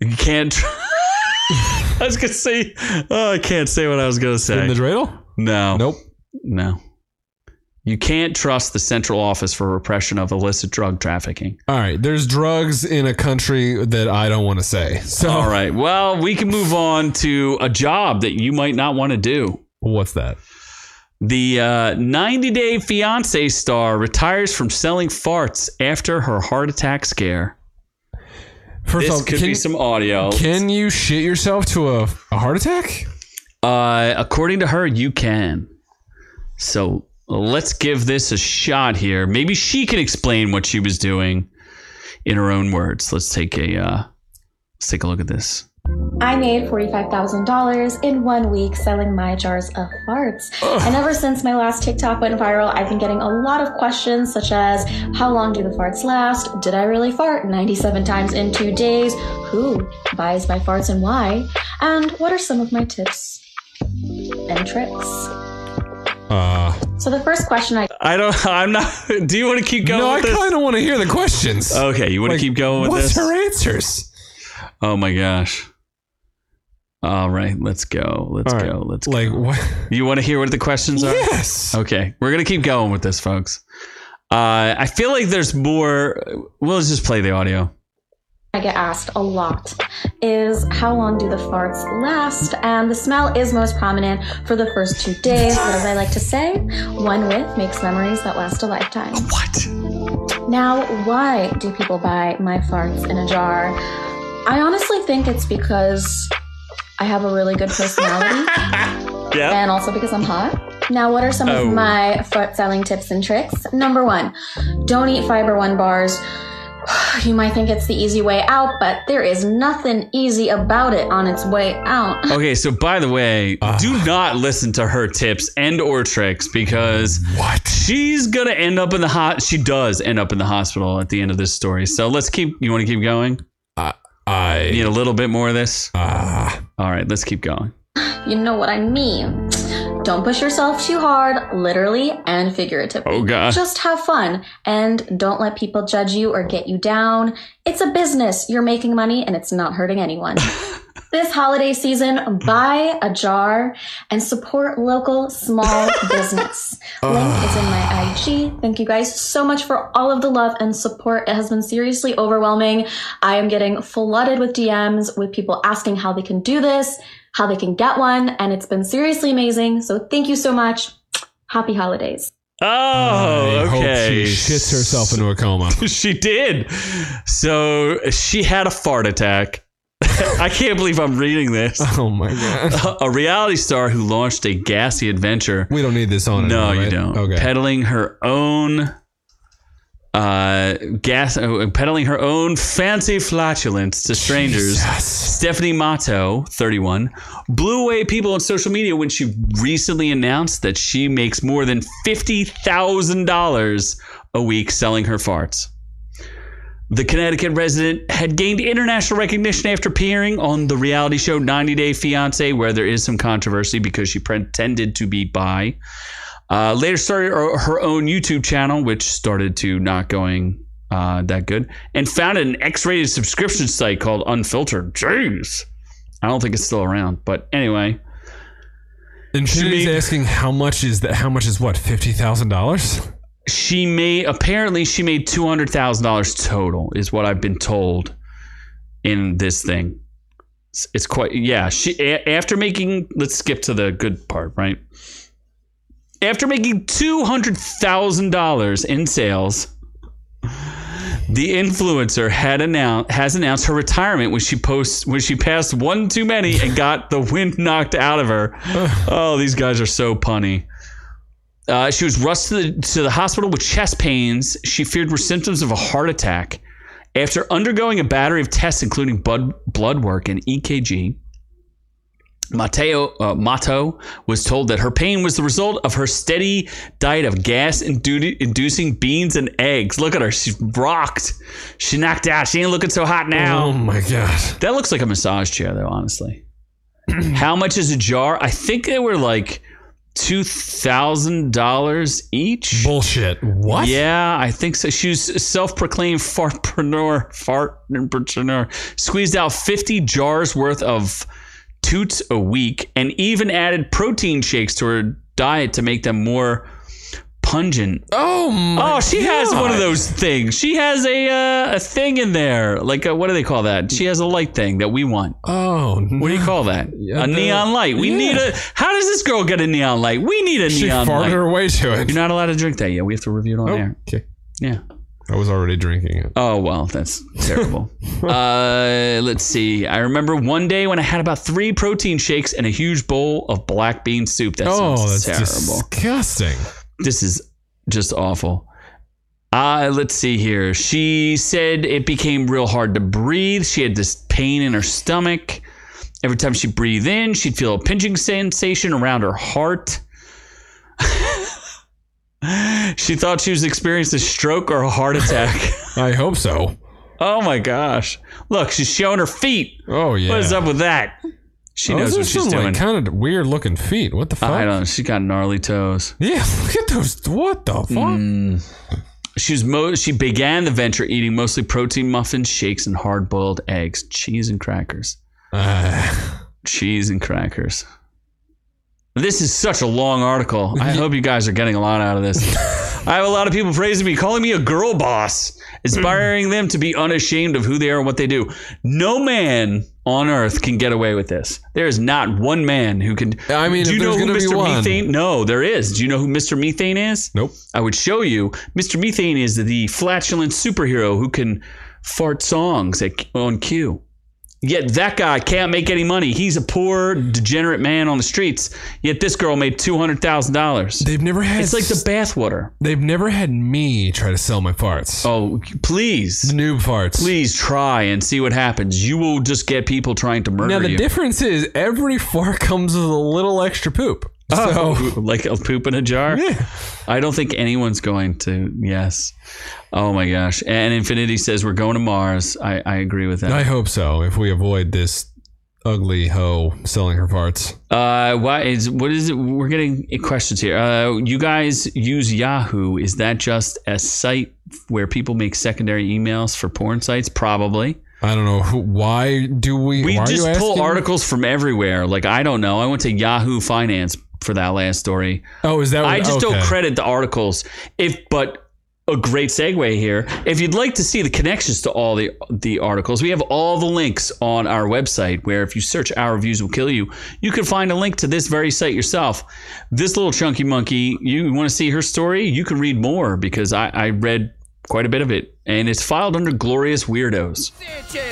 Speaker 2: you can't. I was gonna say, oh, I can't say what I was gonna say.
Speaker 1: in the dreidel?
Speaker 2: no,
Speaker 1: Nope.
Speaker 2: no. You can't trust the Central Office for Repression of Illicit Drug Trafficking.
Speaker 1: All right. There's drugs in a country that I don't want to say. So
Speaker 2: All right. Well, we can move on to a job that you might not want to do.
Speaker 1: what's that?
Speaker 2: The uh, 90 Day Fiance star retires from selling farts after her heart attack scare.
Speaker 1: First
Speaker 2: This
Speaker 1: off,
Speaker 2: could
Speaker 1: can,
Speaker 2: be some audio.
Speaker 1: can you shit yourself to a, a heart attack?
Speaker 2: Uh, according to her, you can. So let's give this a shot here. Maybe she can explain what she was doing in her own words. Let's take a uh, let's take a look at this.
Speaker 5: I made $45,000 in one week selling my jars of farts. And ever since my last TikTok went viral, I've been getting a lot of questions such as how long do the farts last? Did I really fart 97 times in two days? Who buys my farts and why? And what are some of my tips and tricks?
Speaker 1: Uh,
Speaker 5: So the first question I
Speaker 2: I don't. I'm not. Do you want to keep going?
Speaker 1: no, I
Speaker 2: with this?
Speaker 1: kind of want to hear the questions.
Speaker 2: Okay, you want
Speaker 1: Like,
Speaker 2: to keep going with
Speaker 1: what's
Speaker 2: this?
Speaker 1: her answers?
Speaker 2: oh my gosh! All right, let's go. Let's
Speaker 1: All right,
Speaker 2: go. Let's
Speaker 1: Like
Speaker 2: go.
Speaker 1: what?
Speaker 2: You want to hear what the questions are?
Speaker 1: Yes.
Speaker 2: Okay, we're gonna keep going with this, folks. Uh, I feel like there's more. We'll just play the audio.
Speaker 5: I get asked a lot is how long do the farts last? And the smell is most prominent for the first two days. But as I like to say, one whiff makes memories that last a lifetime.
Speaker 2: What?
Speaker 5: Now, why do people buy my farts in a jar? I honestly think it's because I have a really good personality
Speaker 2: Yeah.
Speaker 5: and also because I'm hot. Now, what are some
Speaker 2: Oh.
Speaker 5: of my fart selling tips and tricks? Number one, don't eat fiber one bars. You might think it's the easy way out, but there is nothing easy about it on its way out.
Speaker 2: Okay, so by the way,
Speaker 1: Ah.
Speaker 2: do not listen to her tips and or tricks because
Speaker 1: What?
Speaker 2: she's gonna end up in the hot. She does end up in the hospital at the end of this story. So let's keep. You want to keep going?
Speaker 1: I.
Speaker 2: Need a little bit more of this.
Speaker 1: Ah.
Speaker 2: All right, let's keep going.
Speaker 5: You know what I mean. Don't push yourself too hard, literally and figuratively.
Speaker 2: Oh god.
Speaker 5: Just have fun and don't let people judge you or get you down. It's a business. You're making money and it's not hurting anyone. this holiday season, buy a jar and support local small business. Link is in my IG. Thank you guys so much for all of the love and support. It has been seriously overwhelming. I am getting flooded with DMs with people asking how they can do this, how they can get one, and it's been seriously amazing. So thank you so much. Happy holidays.
Speaker 2: Oh,
Speaker 1: I hope
Speaker 2: okay.
Speaker 1: she shits herself into a coma.
Speaker 2: she did. So she had a fart attack. I can't believe I'm reading this.
Speaker 1: Oh my god.
Speaker 2: A reality star who launched a gassy adventure.
Speaker 1: We don't need this on.
Speaker 2: No,
Speaker 1: anymore,
Speaker 2: you
Speaker 1: right?
Speaker 2: don't.
Speaker 1: Okay.
Speaker 2: Peddling her own uh, gas, uh, peddling her own fancy flatulence to strangers.
Speaker 1: Jesus.
Speaker 2: Stephanie Mato, 31, blew away people on social media when she recently announced that she makes more than $50,000 a week selling her farts. The Connecticut resident had gained international recognition after appearing on the reality show 90 Day Fiancé, where there is some controversy because she pretended to be bi. Uh, later started her her own YouTube channel, which started to not going uh, that good, and founded an X-rated subscription site called Unfiltered. Jeez, I don't think it's still around, but anyway,
Speaker 1: And
Speaker 2: She
Speaker 1: she's
Speaker 2: made-
Speaker 1: asking how much is that? How much is what? Fifty thousand dollars?
Speaker 2: she made apparently she made two hundred thousand dollars total, is what I've been told in this thing. It's, it's quite yeah. She a, after making let's skip to the good part, right? After making two hundred thousand dollars in sales, the influencer had announced has announced her retirement when she posts when she passed one too many and got the wind knocked out of her. Oh, these guys are so punny. Uh, she was rushed to the, to the hospital with chest pains. She feared were symptoms of a heart attack. After undergoing a battery of tests, including blood, blood work and EKG, E Mateo uh, Mato was told that her pain was the result of her steady diet of gas-inducing beans and eggs. Look at her; she's rocked. She knocked out. She ain't looking so hot now.
Speaker 1: Oh my god.
Speaker 2: That looks like a massage chair, though. Honestly, how much is a jar? I think they were like two thousand dollars each.
Speaker 1: Bullshit. What?
Speaker 2: Yeah, I think so. She was a self-proclaimed fartpreneur, fartpreneur. Squeezed out 50 jars worth of toots a week, and even added protein shakes to her diet to make them more pungent.
Speaker 1: Oh my.
Speaker 2: oh, she has one of those things. She has a uh, a thing in there, like a, what do they call that? She has a light thing that we want.
Speaker 1: Oh.
Speaker 2: What do you call that? a
Speaker 1: the-
Speaker 2: neon light. We
Speaker 1: yeah.
Speaker 2: need a. How does this girl get a neon light? We need a
Speaker 1: She
Speaker 2: neon
Speaker 1: farted
Speaker 2: light.
Speaker 1: her way to it.
Speaker 2: You're not allowed to drink that yet. We have to review it on air.
Speaker 1: Oh, okay.
Speaker 2: Yeah.
Speaker 1: I was already drinking it.
Speaker 2: Oh well, that's terrible. uh, let's see. I remember one day when I had about three protein shakes and a huge bowl of black bean soup. That
Speaker 1: oh, that's
Speaker 2: sounds terrible.
Speaker 1: disgusting.
Speaker 2: This is just awful. Uh, let's see here. She said it became real hard to breathe. She had this pain in her stomach. Every time she breathed in, she'd feel a pinching sensation around her heart. she thought she was experiencing a stroke or a heart attack.
Speaker 1: I hope so.
Speaker 2: Oh my gosh. Look, she's showing her feet.
Speaker 1: Oh yeah. Oh,
Speaker 2: What is up with that? She knows what she's doing.
Speaker 1: kind of weird looking feet. What the fuck?
Speaker 2: I don't know. She got gnarly toes.
Speaker 1: Yeah, look at those. What the fuck?
Speaker 2: Mm. She was mo- she began the venture eating mostly protein muffins, shakes, and hard boiled eggs, cheese and crackers.
Speaker 1: Uh,
Speaker 2: Cheese and crackers. This is such a long article. I hope you guys are getting a lot out of this. I have a lot of people praising me, calling me a girl boss, inspiring them to be unashamed of who they are and what they do. No man on earth can get away with this. There is not one man who can.
Speaker 1: I mean,
Speaker 2: do
Speaker 1: if
Speaker 2: you know
Speaker 1: there's
Speaker 2: who
Speaker 1: gonna be
Speaker 2: Mr.
Speaker 1: one.
Speaker 2: Methane? No, there is. Do you know who Mr. Methane is?
Speaker 1: nope.
Speaker 2: I would show you. Mr. Methane is the flatulent superhero who can fart songs at, on cue. Yet that guy can't make any money. He's a poor, degenerate man on the streets. Yet this girl made two hundred thousand dollars.
Speaker 1: They've never had.
Speaker 2: It's like the bathwater.
Speaker 1: They've never had me try to sell my farts.
Speaker 2: Oh, please,
Speaker 1: Noob farts.
Speaker 2: please try and see what happens. You will just get people trying to murder
Speaker 1: Now the
Speaker 2: you.
Speaker 1: difference is every fart comes with a little extra poop. So
Speaker 2: Oh, like a poop in a jar.
Speaker 1: Yeah.
Speaker 2: I don't think anyone's going to. Yes. Oh my gosh. And Infinity says we're going to Mars. I, I agree with that.
Speaker 1: I hope so. If we avoid this ugly hoe selling her farts,
Speaker 2: Uh, why is what is it? We're getting questions here. Uh, you guys use Yahoo? Is that just a site where people make secondary emails for porn sites? Probably.
Speaker 1: I don't know who, why do we.
Speaker 2: We
Speaker 1: why are you
Speaker 2: just pull
Speaker 1: asking?
Speaker 2: articles from everywhere. Like I don't know. I went to Yahoo Finance for that last story.
Speaker 1: Oh, is that? What,
Speaker 2: I just
Speaker 1: okay.
Speaker 2: don't credit the articles. If but a great segue here. If you'd like to see the connections to all the the articles, we have all the links on our website. Where if you search "Our Reviews Will Kill You," you can find a link to this very site yourself. This little chunky monkey. You want to see her story? You can read more because I, I read quite a bit of it, and it's filed under "Glorious Weirdos."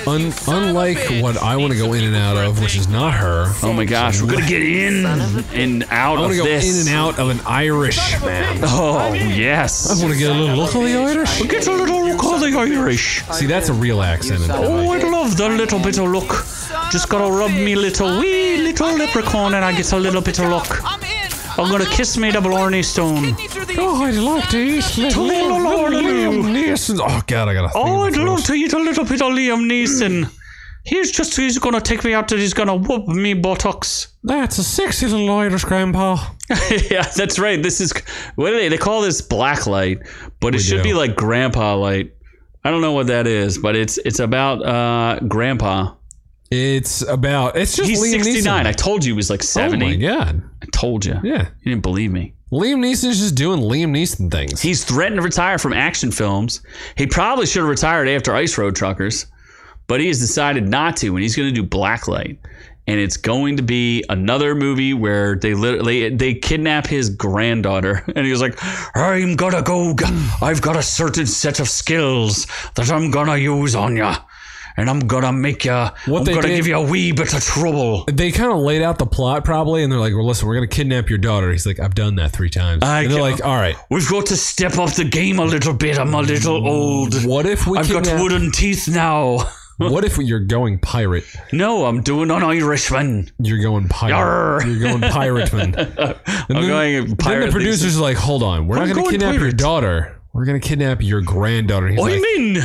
Speaker 1: Un- unlike what I want to go in and out of, which is not her.
Speaker 2: Oh my gosh, we're gonna get in and out
Speaker 1: I
Speaker 2: of
Speaker 1: want to go
Speaker 2: this.
Speaker 1: in and out of an Irish man.
Speaker 2: Oh yes.
Speaker 1: I want to get a little locally Irish.
Speaker 2: Get a little calling Irish.
Speaker 1: See, that's a real accent. and I
Speaker 2: Oh,
Speaker 1: like
Speaker 2: I love the little bit of luck. Just gotta rub me little wee little leprechaun and I get a little bit of luck.
Speaker 7: I'm in.
Speaker 2: I'm gonna kiss me double orny stone.
Speaker 1: it. Oh, I'd like to eat little
Speaker 2: Little Lord of
Speaker 1: Liam Neeson. Oh God, I gotta.
Speaker 2: Oh, I'd love
Speaker 1: love
Speaker 2: to eat a little bit of Liam Neeson. He's just, he's gonna take me out and he's gonna whoop me buttocks.
Speaker 1: That's a sexy little Irish grandpa.
Speaker 2: yeah, that's right. This is, what do they, they call this black light, but it
Speaker 1: We
Speaker 2: should
Speaker 1: do.
Speaker 2: be like grandpa light. I don't know what that is, but it's it's about uh, grandpa.
Speaker 1: It's about. It's just
Speaker 2: He's
Speaker 1: Liam
Speaker 2: 69. I
Speaker 1: Neeson.
Speaker 2: told you he was like 70.
Speaker 1: Oh my God.
Speaker 2: I told you.
Speaker 1: Yeah.
Speaker 2: You didn't believe me.
Speaker 1: Liam Neeson's just doing Liam Neeson things.
Speaker 2: He's threatened to retire from action films. He probably should have retired after Ice Road Truckers, but he has decided not to, and he's going to do Blacklight. And it's going to be another movie where they literally they kidnap his granddaughter, and he's like, "I'm gonna go. g- I've got a certain set of skills that I'm gonna use on ya, and I'm gonna make ya.
Speaker 1: What
Speaker 2: I'm
Speaker 1: they
Speaker 2: gonna
Speaker 1: did-
Speaker 2: give you a wee bit of trouble."
Speaker 1: they kind of laid out the plot probably, and they're like, "Well, listen, we're gonna kidnap your daughter." He's like, "I've done that three times."
Speaker 2: I
Speaker 1: and they're
Speaker 2: ca-
Speaker 1: like, "All right,
Speaker 2: We've got to step up the game a little bit. I'm a little old.
Speaker 1: what if we
Speaker 2: I've
Speaker 1: kidnap
Speaker 2: got wooden teeth now.
Speaker 1: what if you're going pirate?
Speaker 2: No, I'm doing an Irishman.
Speaker 1: You're going pirate.
Speaker 2: Yarr.
Speaker 1: You're going pirate man. And
Speaker 2: I'm
Speaker 1: then,
Speaker 2: going
Speaker 1: then
Speaker 2: pirate.
Speaker 1: the producers are like, hold on, we're
Speaker 2: I'm
Speaker 1: not going
Speaker 2: going
Speaker 1: to kidnap your
Speaker 2: pirate."
Speaker 1: daughter. We're going to kidnap your granddaughter. He's
Speaker 2: I
Speaker 1: like,
Speaker 2: mean,
Speaker 1: You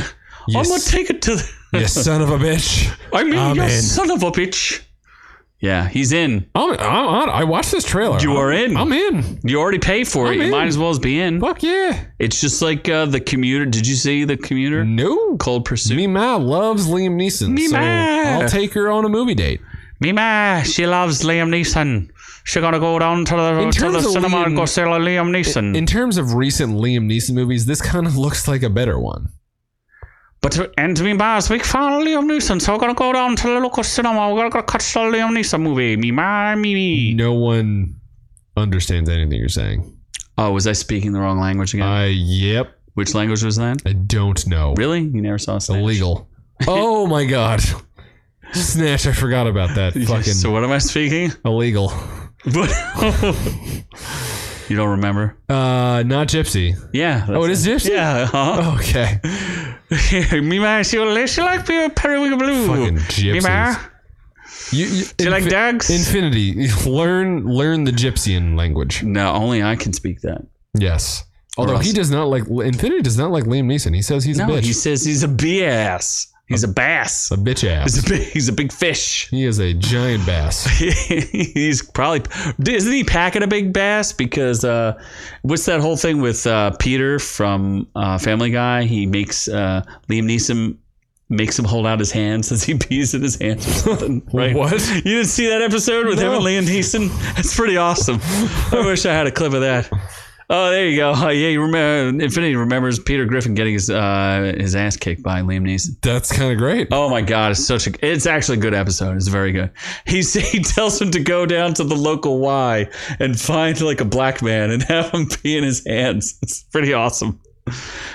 Speaker 2: I'm gonna
Speaker 1: s-
Speaker 2: take it to. The-
Speaker 1: you son of a bitch.
Speaker 2: I mean,
Speaker 1: I'm
Speaker 2: you
Speaker 1: in.
Speaker 2: son of a bitch. Yeah, he's in.
Speaker 1: I'm, I'm, I'm, I watched this trailer.
Speaker 2: You are in.
Speaker 1: I'm in.
Speaker 2: You already paid for it.
Speaker 1: I'm
Speaker 2: you
Speaker 1: in.
Speaker 2: might as well as be in.
Speaker 1: Fuck yeah.
Speaker 2: It's just like uh, the commuter. Did you see the commuter?
Speaker 1: No.
Speaker 2: Cold Pursuit.
Speaker 1: Me Ma loves Liam Neeson.
Speaker 2: Me
Speaker 1: so
Speaker 2: Ma.
Speaker 1: I'll take her on a movie date.
Speaker 2: Mima, she loves Liam Neeson. She gonna go down to the,
Speaker 1: In
Speaker 2: to the
Speaker 1: terms of
Speaker 2: cinema
Speaker 1: Liam-
Speaker 2: and go see Liam Neeson.
Speaker 1: In terms of recent Liam Neeson movies, this kind of looks like a better one.
Speaker 2: but uh, and Mima's big fan of Liam Neeson, so we're gonna go down to the local cinema. We're gonna go catch the Liam Neeson movie. Mima, Mimi.
Speaker 1: No one understands anything you're saying.
Speaker 2: Oh, was I speaking the wrong language again?
Speaker 1: Uh, yep.
Speaker 2: Which language was that?
Speaker 1: I don't know.
Speaker 2: Really? You never saw Snatch?
Speaker 1: Illegal. oh my god. Snatch, I forgot about that. Fucking
Speaker 2: So what am I speaking?
Speaker 1: illegal.
Speaker 2: What? you don't remember?
Speaker 1: Uh, not Gypsy.
Speaker 2: Yeah.
Speaker 1: Oh, it
Speaker 2: that's
Speaker 1: is Oh. Gypsy?
Speaker 2: Yeah. uh-huh. Huh?
Speaker 1: Okay.
Speaker 2: Mima, she, will- she like me a periwinkle blue.
Speaker 1: Fucking gypsies.
Speaker 2: Mima,
Speaker 1: You, you,
Speaker 2: do you like dogs?
Speaker 1: Infinity. Learn learn the Gypsyan language.
Speaker 2: no, only I can speak that.
Speaker 1: Yes. Although he
Speaker 2: else-
Speaker 1: does not like Infinity does not like Liam Neeson. He says he's
Speaker 2: No,
Speaker 1: a bitch.
Speaker 2: he says he's a bass. He's a bass.
Speaker 1: a bitch
Speaker 2: He's
Speaker 1: ass.
Speaker 2: a big, he's a big fish.
Speaker 1: He is a giant bass.
Speaker 2: he's probably isn't he packing a big bass because uh, what's that whole thing with uh, Peter from uh, Family Guy? He makes uh, Liam Neeson makes him hold out his hand since he pees in his hand. Or something, right?
Speaker 1: What?
Speaker 2: You didn't see that episode with him
Speaker 1: No.
Speaker 2: and Liam Neeson? That's pretty awesome. I wish I had a clip of that. Oh, there you go. Oh, yeah, you remember Infinity remembers Peter Griffin getting his uh, his ass kicked by Liam Neeson.
Speaker 1: That's kind of great.
Speaker 2: Oh my god, it's such a it's actually a good episode. It's very good. He s- he tells him to go down to the local Y and find like a black man and have him pee in his hands. It's pretty awesome.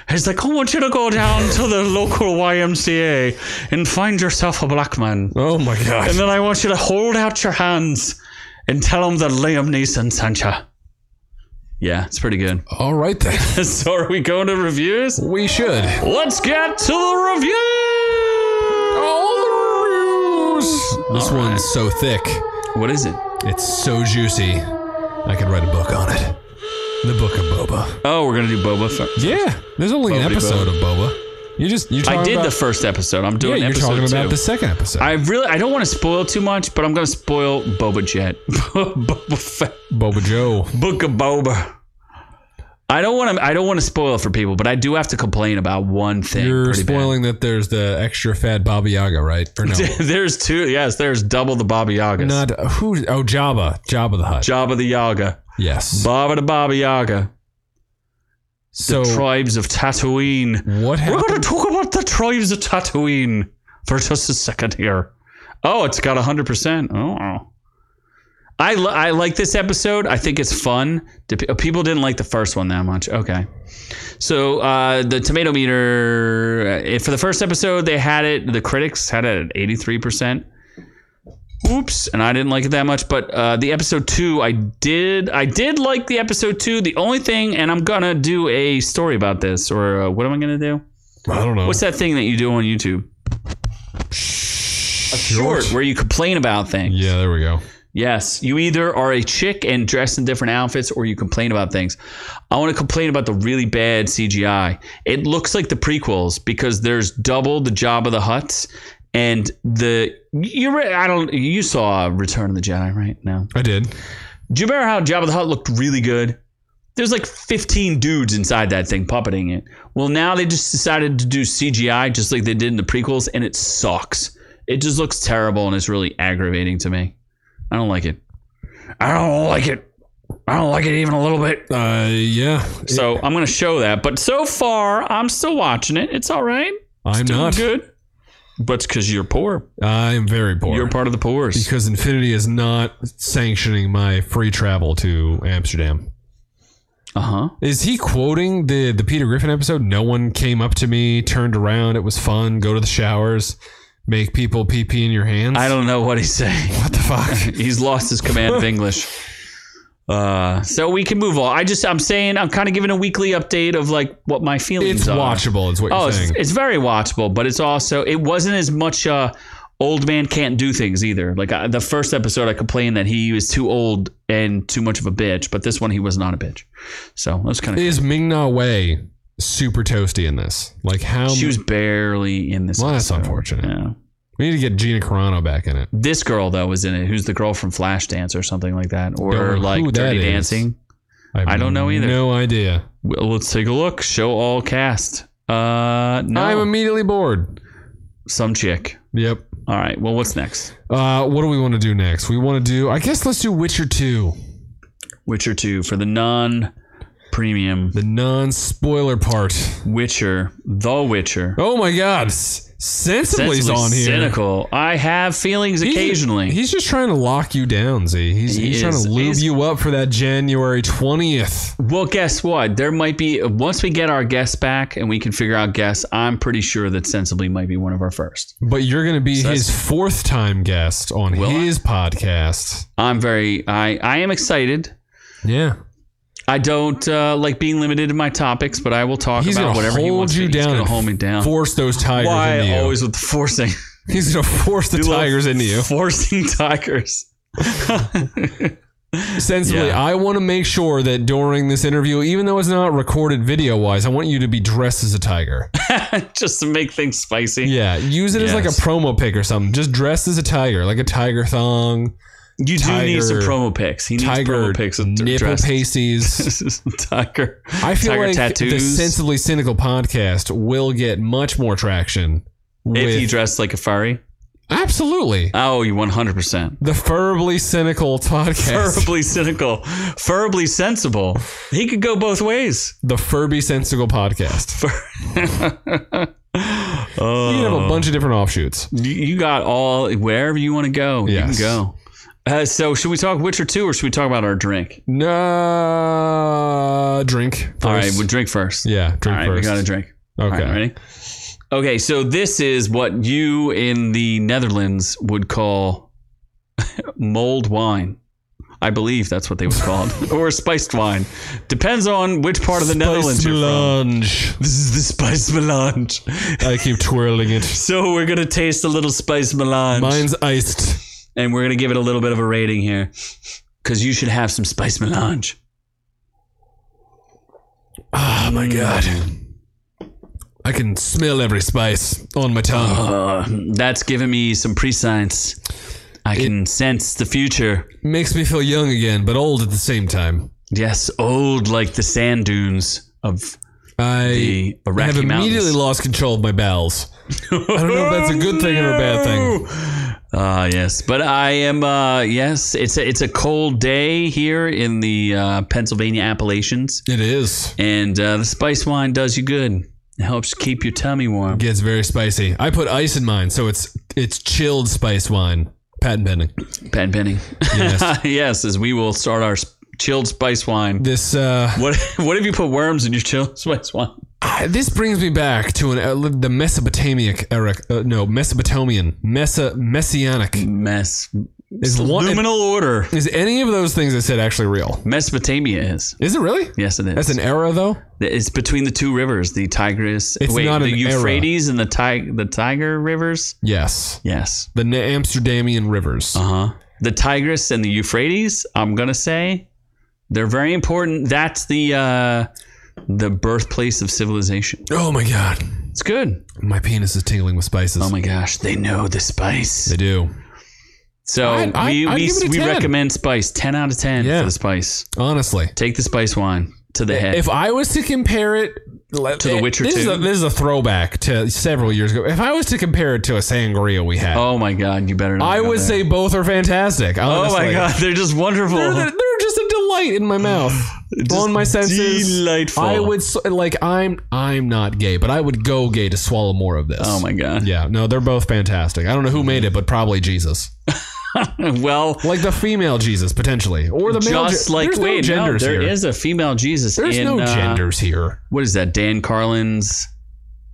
Speaker 2: He's like, I want you to go down to the local YMCA and find yourself a black man.
Speaker 1: Oh my
Speaker 2: And
Speaker 1: god.
Speaker 2: then I want you to hold out your hands and tell him that Liam Neeson sent you. Yeah, it's pretty good.
Speaker 1: All right then.
Speaker 2: so are we going to reviews?
Speaker 1: We should.
Speaker 2: Let's get to the review!
Speaker 1: This
Speaker 2: All
Speaker 1: one's so thick.
Speaker 2: What is it?
Speaker 1: It's so juicy. I could write a book on it. The Book of Boba.
Speaker 2: Oh, we're gonna do Boba. Fett.
Speaker 1: Yeah. There's only an
Speaker 2: Bobity
Speaker 1: episode of Boba. You just you.
Speaker 2: I did
Speaker 1: about,
Speaker 2: the first episode. I'm
Speaker 1: Yeah,
Speaker 2: doing
Speaker 1: you're
Speaker 2: episode
Speaker 1: talking about
Speaker 2: two.
Speaker 1: the second episode.
Speaker 2: I really, I don't want to spoil too much, but I'm gonna spoil Boba Jet, Boba Fett,
Speaker 1: Boba Joe.
Speaker 2: Book of Boba. I don't want to. I don't want to spoil it for people, but I do have to complain about one thing.
Speaker 1: You're
Speaker 2: pretty bad.
Speaker 1: spoiling that there's the extra fat Baba Yaga, right? Or no?
Speaker 2: there's two. Yes, there's double the Baba Yagas.
Speaker 1: Not who? Oh, Jabba. Jabba the Hutt.
Speaker 2: Jabba the Yaga,
Speaker 1: yes.
Speaker 2: Baba the Baba Yaga,
Speaker 1: so
Speaker 2: tribes of Tatooine.
Speaker 1: what
Speaker 2: We're
Speaker 1: happened?
Speaker 2: going to talk about the tribes of Tatooine for just a second here. Oh, it's got 100%. Oh. I, li- I like this episode. I think it's fun. Dep- oh, People didn't like the first one that much. Okay. So uh, the tomato meter, uh, for the first episode, they had it, the critics had it at 83%. Oops, and I didn't like it that much, but uh, the episode two, I did, I did like the episode two. The only thing, and I'm gonna do a story about this, or uh, what am I gonna do?
Speaker 1: I don't know.
Speaker 2: What's that thing that you do on YouTube? A short where you complain about things.
Speaker 1: Yeah, there we go.
Speaker 2: Yes, you either are a chick and dress in different outfits or you complain about things. I want to complain about the really bad CGI. It looks like the prequels because there's double the job of the huts and the you re- I don't you saw Return of the Jedi right now.
Speaker 1: I did.
Speaker 2: Do you remember how Jabba the Hutt looked really good? There's like 15 dudes inside that thing puppeting it. Well, now they just decided to do CGI just like they did in the prequels, and it sucks. It just looks terrible, and it's really aggravating to me. I don't like it. I don't like it. I don't like it even a little bit.
Speaker 1: Uh, yeah.
Speaker 2: So I'm gonna show that. But so far, I'm still watching it. It's all right.
Speaker 1: I'm
Speaker 2: Doing
Speaker 1: not.
Speaker 2: good. But it's because you're poor.
Speaker 1: I am very poor.
Speaker 2: You're part of the poorest.
Speaker 1: because Infinity is not sanctioning my free travel to Amsterdam.
Speaker 2: uh huh.
Speaker 1: Is he quoting the the Peter Griffin episode? No one came up to me, turned around, it was fun, go to the showers, make people pee pee in your hands.
Speaker 2: I don't know what he's saying.
Speaker 1: what the fuck.
Speaker 2: He's lost his command of English. Uh, so we can move on. I just I'm saying I'm kind of giving a weekly update of like what my feelings
Speaker 1: It's
Speaker 2: are.
Speaker 1: watchable, is what
Speaker 2: Oh,
Speaker 1: you're
Speaker 2: it's,
Speaker 1: saying.
Speaker 2: it's very watchable, but it's also it wasn't as much. Uh, old man can't do things either. Like I, the first episode, I complained that he was too old and too much of a bitch, but this one he was not a bitch. So that was kind of.
Speaker 1: Is Ming Na Wei super toasty in this? Like how?
Speaker 2: She was barely in this.
Speaker 1: um, well, that's
Speaker 2: episode.
Speaker 1: unfortunate.
Speaker 2: Yeah.
Speaker 1: We need to get Gina Carano back in it.
Speaker 2: This girl though was in it. Who's the girl from Flashdance or something like that, or
Speaker 1: Don't know
Speaker 2: like
Speaker 1: who that
Speaker 2: Dirty
Speaker 1: is.
Speaker 2: Dancing?
Speaker 1: have
Speaker 2: I don't know either.
Speaker 1: No idea.
Speaker 2: Well, let's take a look. Show all cast. Uh, no,
Speaker 1: I'm immediately bored.
Speaker 2: some chick.
Speaker 1: Yep.
Speaker 2: All right. Well, what's next?
Speaker 1: Uh, what do we want to do next? We want to do. I guess let's do Witcher Two,
Speaker 2: Witcher Two for the non-premium
Speaker 1: the non-spoiler part.
Speaker 2: Witcher, The Witcher.
Speaker 1: Oh my God, S- Sensibly's
Speaker 2: Sensibly
Speaker 1: on here.
Speaker 2: Cynical. I have feelings
Speaker 1: He's-
Speaker 2: occasionally.
Speaker 1: he's just trying to lock you down, Z. He's,
Speaker 2: He
Speaker 1: he's trying
Speaker 2: is.
Speaker 1: to lube
Speaker 2: He's-
Speaker 1: you up for that January twentieth.
Speaker 2: well, guess what? There might be once we get our guests back and we can figure out guests. I'm pretty sure that Sensibly might be one of our first.
Speaker 1: But you're going to be
Speaker 2: that's-
Speaker 1: his fourth time guest on
Speaker 2: Will I?
Speaker 1: his podcast.
Speaker 2: I'm very. I I am excited.
Speaker 1: Yeah,
Speaker 2: I don't uh, like being limited to my topics, but I will talk
Speaker 1: he's
Speaker 2: about
Speaker 1: going to
Speaker 2: whatever he
Speaker 1: hold
Speaker 2: wants
Speaker 1: you
Speaker 2: to.
Speaker 1: down
Speaker 2: He's gonna
Speaker 1: and
Speaker 2: hold me down.
Speaker 1: force those tigers into you.
Speaker 2: Why always with the forcing?
Speaker 1: he's going to force the
Speaker 2: You love
Speaker 1: tigers into you.
Speaker 2: Forcing tigers.
Speaker 1: Sensibly,
Speaker 2: Yeah.
Speaker 1: I want to make sure that during this interview, even though it's not recorded video wise, I want you to be dressed as a tiger.
Speaker 2: Just to make things spicy.
Speaker 1: Yeah, use it as like a
Speaker 2: Yes.
Speaker 1: promo pic or something. Just dress as a tiger, like a tiger thong,
Speaker 2: you do need some
Speaker 1: tiger-
Speaker 2: promo pics. He needs
Speaker 1: tiger
Speaker 2: promo pics of
Speaker 1: nipple
Speaker 2: dressed-
Speaker 1: pasties.
Speaker 2: tiger.
Speaker 1: I feel
Speaker 2: tiger
Speaker 1: like
Speaker 2: tattoos.
Speaker 1: the Sensibly Cynical podcast will get much more traction.
Speaker 2: if
Speaker 1: with-
Speaker 2: he dressed like a furry.
Speaker 1: Absolutely.
Speaker 2: Oh, you 100. percent
Speaker 1: The Furibly Cynical podcast.
Speaker 2: Furably cynical, furably sensible. He could go both ways.
Speaker 1: The Furby Sensical podcast.
Speaker 2: Oh,
Speaker 1: You can have a bunch of different offshoots.
Speaker 2: You- You got all wherever you want to go.
Speaker 1: Yes.
Speaker 2: You can go. Uh, so should we talk Witcher two or should we talk about our drink?
Speaker 1: No drink. First.
Speaker 2: All right, we'll drink first.
Speaker 1: yeah, drink
Speaker 2: all right,
Speaker 1: first.
Speaker 2: we got to drink. All
Speaker 1: Okay.
Speaker 2: right, ready? Okay, so this is what you in the Netherlands would call mold wine. I believe that's what they would call it, or spiced wine. Depends on which part of the Netherlands you're from.
Speaker 1: melange.
Speaker 2: This is the spice melange.
Speaker 1: I keep twirling it.
Speaker 2: so we're gonna taste a little spice melange.
Speaker 1: Mine's iced.
Speaker 2: and we're gonna give it a little bit of a rating here because you should have some spice melange.
Speaker 1: Oh
Speaker 2: Mm.
Speaker 1: my god. I can smell every spice on my tongue.
Speaker 2: Uh, that's giving me some prescience. I can sense the future.
Speaker 1: Makes me feel young again, but old at the same time.
Speaker 2: Yes, old like the sand dunes of
Speaker 1: I
Speaker 2: the
Speaker 1: I have
Speaker 2: Iraqi
Speaker 1: immediately
Speaker 2: mountains.
Speaker 1: lost control of my bowels. I don't know if that's a good thing or a bad thing.
Speaker 2: Ah, yes, but I am. Uh, yes, it's a it's a cold day here in the uh, Pennsylvania Appalachians,
Speaker 1: It is.
Speaker 2: and uh, the spice wine does you good. It helps keep your tummy warm.
Speaker 1: Gets very spicy. I put ice in mine, so it's it's chilled spice wine. Patent pending.
Speaker 2: Pat Penning.
Speaker 1: Yes.
Speaker 2: Yes. as we will start our s- chilled spice wine.
Speaker 1: This uh
Speaker 2: What what if you put worms in your chilled spice wine?
Speaker 1: I- this brings me back to an uh, the Mesopotamic Eric uh, no Mesopotamian Mesa Messianic
Speaker 2: Mess.
Speaker 1: is one
Speaker 2: Luminal order.
Speaker 1: is any of those things I said actually real?
Speaker 2: Mesopotamia is.
Speaker 1: Is it really?
Speaker 2: Yes, it is.
Speaker 1: That's an era though.
Speaker 2: It's between the two rivers, the Tigris.
Speaker 1: It's
Speaker 2: wait,
Speaker 1: not
Speaker 2: the
Speaker 1: an era.
Speaker 2: Euphrates and the Ti- the Tiger rivers.
Speaker 1: Yes,
Speaker 2: Yes.
Speaker 1: the Na- Amsterdamian rivers.
Speaker 2: Uh huh. The Tigris and the Euphrates. I'm gonna say, they're very important. That's the uh, the birthplace of civilization.
Speaker 1: oh my god,
Speaker 2: It's good.
Speaker 1: my penis is tingling with spices.
Speaker 2: Oh my gosh, they know the spice.
Speaker 1: they do.
Speaker 2: So
Speaker 1: I- I-
Speaker 2: we
Speaker 1: I'd
Speaker 2: we,
Speaker 1: give it a
Speaker 2: we
Speaker 1: 10.
Speaker 2: recommend spice. Ten out of ten
Speaker 1: Yeah.
Speaker 2: for the spice.
Speaker 1: Honestly,
Speaker 2: Take the spice wine to the head.
Speaker 1: if I was to compare it
Speaker 2: To The Witcher
Speaker 1: this is,
Speaker 2: 2?
Speaker 1: a, this is a throwback to several years ago. If I was to compare it to a sangria we had,
Speaker 2: oh my god, you better. Not
Speaker 1: I
Speaker 2: go
Speaker 1: would
Speaker 2: there.
Speaker 1: say both are fantastic.
Speaker 2: Oh my
Speaker 1: honestly.
Speaker 2: god, they're just wonderful.
Speaker 1: They're, they're they're just a delight in my mouth,
Speaker 2: Just
Speaker 1: on my senses.
Speaker 2: Delightful.
Speaker 1: I would s- like I'm I'm not gay, but I would go gay to swallow more of this.
Speaker 2: Oh my god.
Speaker 1: Yeah, no, they're both fantastic. I don't know who made it, but probably Jesus,
Speaker 2: Well,
Speaker 1: like the female Jesus potentially, or the male.
Speaker 2: just
Speaker 1: Je-
Speaker 2: like
Speaker 1: there's
Speaker 2: wait,
Speaker 1: no genders
Speaker 2: no, there
Speaker 1: here.
Speaker 2: is a female Jesus.
Speaker 1: there's
Speaker 2: in,
Speaker 1: no
Speaker 2: uh,
Speaker 1: genders here.
Speaker 2: What is that? Dan Carlin's,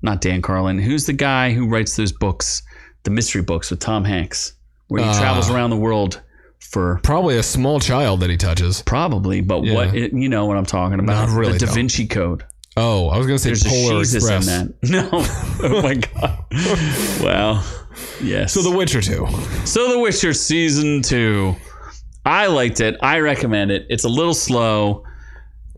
Speaker 2: not Dan Carlin. Who's the guy who writes those books, the mystery books with Tom Hanks, where he
Speaker 1: Uh,
Speaker 2: travels around the world for
Speaker 1: Probably a small child that he touches.
Speaker 2: probably, but
Speaker 1: Yeah.
Speaker 2: what it, you know what I'm talking about?
Speaker 1: No, I really
Speaker 2: the Da
Speaker 1: don't.
Speaker 2: Vinci Code.
Speaker 1: Oh, I was gonna say
Speaker 2: There's
Speaker 1: Polar
Speaker 2: a Jesus
Speaker 1: Express.
Speaker 2: in that. No, oh my god. wow. Yes.
Speaker 1: So The Witcher 2.
Speaker 2: So The Witcher season two. I liked it. I recommend it. It's a little slow.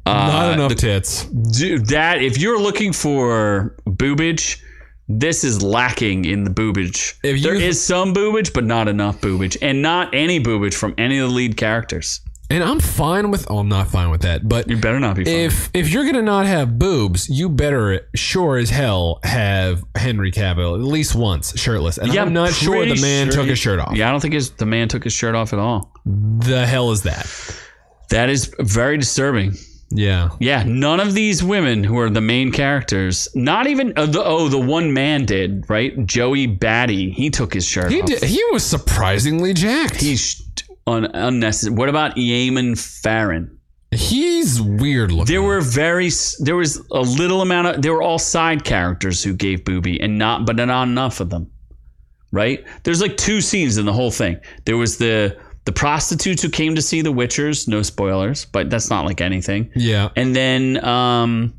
Speaker 2: Uh,
Speaker 1: Not enough tits.
Speaker 2: Dude, that if you're looking for boobage, this is lacking in the boobage.
Speaker 1: If
Speaker 2: there
Speaker 1: you-
Speaker 2: is some boobage, but not enough boobage, and not any boobage from any of the lead characters.
Speaker 1: And I'm fine with oh, I'm not fine with that, but
Speaker 2: You better not be. fine.
Speaker 1: if if you're gonna not have boobs, you better sure as hell have Henry Cavill at least once shirtless. And I'm not sure
Speaker 2: pretty
Speaker 1: the man
Speaker 2: sure
Speaker 1: took
Speaker 2: he-
Speaker 1: his shirt off.
Speaker 2: Yeah, I don't think his, the man took his shirt off at all.
Speaker 1: The hell is that?
Speaker 2: That is very disturbing.
Speaker 1: Yeah.
Speaker 2: Yeah, none of these women who are the main characters, not even uh, the oh the one man did right. Joey Batty, he took his shirt
Speaker 1: He
Speaker 2: off.
Speaker 1: did, he was surprisingly jacked.
Speaker 2: He's un- unnecessary. What about Yeaman Farron?
Speaker 1: He's weird looking.
Speaker 2: There were very s- there was a little amount of they were all side characters who gave booby and not but not enough of them. Right? There's like two scenes in the whole thing. There was the the prostitutes who came to see the witchers, no spoilers, but that's not like anything.
Speaker 1: yeah.
Speaker 2: And then um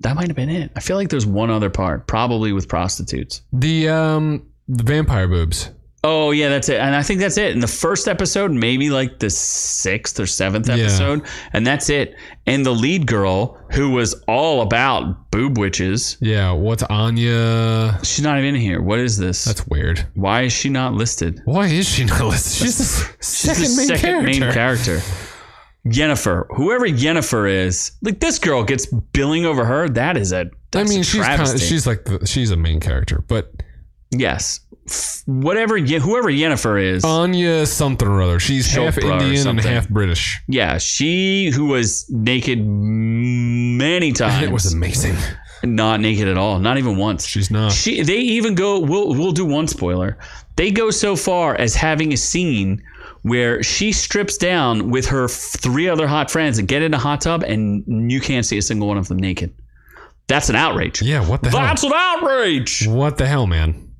Speaker 2: that might have been it. I feel like there's one other part, probably with prostitutes.
Speaker 1: The um the vampire boobs.
Speaker 2: Oh yeah, that's it. And I think that's it. In the first episode, maybe like the sixth or seventh
Speaker 1: Yeah.
Speaker 2: episode, and that's it. And the lead girl, who was all about boob witches,
Speaker 1: Yeah, what's Anya?
Speaker 2: she's not even here. What is this?
Speaker 1: That's weird.
Speaker 2: Why is she not listed?
Speaker 1: Why is she not listed? She's the
Speaker 2: She's
Speaker 1: second,
Speaker 2: the
Speaker 1: main,
Speaker 2: second
Speaker 1: character.
Speaker 2: main character. Jennifer, whoever Jennifer is, like this girl gets billing over her. That is a.
Speaker 1: I
Speaker 2: that's a
Speaker 1: mean, she's kind of,
Speaker 2: travesty.
Speaker 1: she's like the, she's a main character, but
Speaker 2: yes, F- whatever. Ye- Whoever Jennifer is,
Speaker 1: Uh, Anya something or other. She's half
Speaker 2: Chopra or
Speaker 1: Indian and
Speaker 2: something.
Speaker 1: half British.
Speaker 2: yeah, she who was naked many times.
Speaker 1: And it was amazing.
Speaker 2: not naked at all not even once
Speaker 1: She's not.
Speaker 2: she they even go we'll we'll do one spoiler they go so far as having a scene where she strips down with her f- three other hot friends and get in a hot tub and you can't see a single one of them naked that's an outrage
Speaker 1: Yeah, what the hell?
Speaker 2: that's an outrage
Speaker 1: What the hell, man?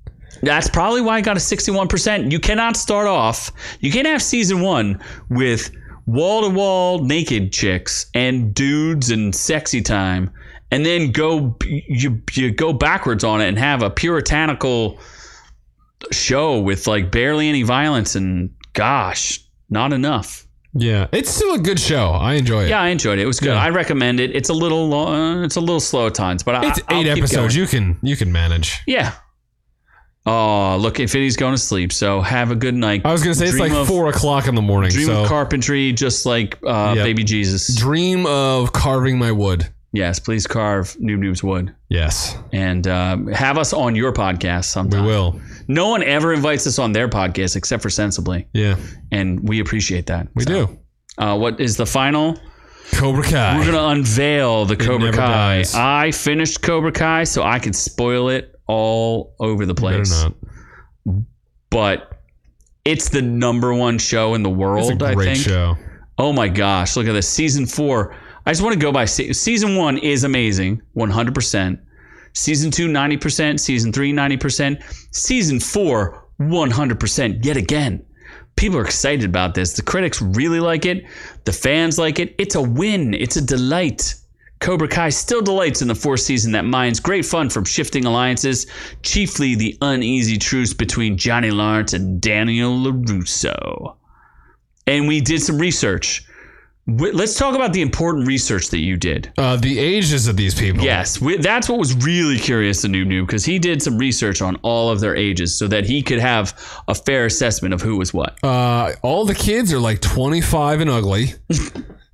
Speaker 2: that's probably why I got a 61%. You cannot start off, you can't have season one with wall to wall naked chicks and dudes and sexy time, and then go you you go backwards on it and have a puritanical show with like barely any violence and gosh, not enough.
Speaker 1: Yeah, it's still a good show. I enjoy it.
Speaker 2: Yeah, I enjoyed it. It was good.
Speaker 1: Yeah.
Speaker 2: I recommend it. It's a little long, it's a little slow at times, but I,
Speaker 1: it's
Speaker 2: I'll
Speaker 1: eight
Speaker 2: keep going.
Speaker 1: episodes. You can you can manage.
Speaker 2: Yeah. Oh, look, Infinity's going to sleep. So have a good night.
Speaker 1: I was gonna say it's
Speaker 2: Dream
Speaker 1: like
Speaker 2: of-
Speaker 1: four o'clock in the morning.
Speaker 2: Dream
Speaker 1: so
Speaker 2: of carpentry, just like uh,
Speaker 1: Yep.
Speaker 2: Baby Jesus.
Speaker 1: dream of carving my wood.
Speaker 2: yes, please carve Noob Noob's wood
Speaker 1: Yes,
Speaker 2: and um, have us on your podcast
Speaker 1: we
Speaker 2: sometime.
Speaker 1: will.
Speaker 2: No one ever invites us on their podcast except for Sensibly,
Speaker 1: Yeah,
Speaker 2: and we appreciate that.
Speaker 1: we
Speaker 2: So,
Speaker 1: do.
Speaker 2: Uh, what is the final?
Speaker 1: Cobra Kai.
Speaker 2: We're gonna unveil the Cobra
Speaker 1: never
Speaker 2: Kai.
Speaker 1: dies.
Speaker 2: I finished Cobra Kai, so I can spoil it all over the
Speaker 1: Better
Speaker 2: place.
Speaker 1: not.
Speaker 2: But it's the number one show in the
Speaker 1: It's
Speaker 2: world.
Speaker 1: a
Speaker 2: I
Speaker 1: great
Speaker 2: think.
Speaker 1: show.
Speaker 2: Oh my gosh, look at this. Season four. I just want to go by se- season one is amazing, 100%. Season two, 90%. Season three, 90%. Season four, 100%. Yet again, people are excited about this. The critics really like it, the fans like it. It's a win, it's a delight. Cobra Kai still delights in the fourth season that mines great fun from shifting alliances, chiefly the uneasy truce between Johnny Lawrence and Daniel LaRusso and we did some research. Wi- Let's talk about the important research that you did.
Speaker 1: Uh, the ages of these people.
Speaker 2: Yes, we, that's what was really curious to Noob Noob because he did some research on all of their ages so that he could have a fair assessment of who was what.
Speaker 1: Uh, all the kids are like 25 and ugly.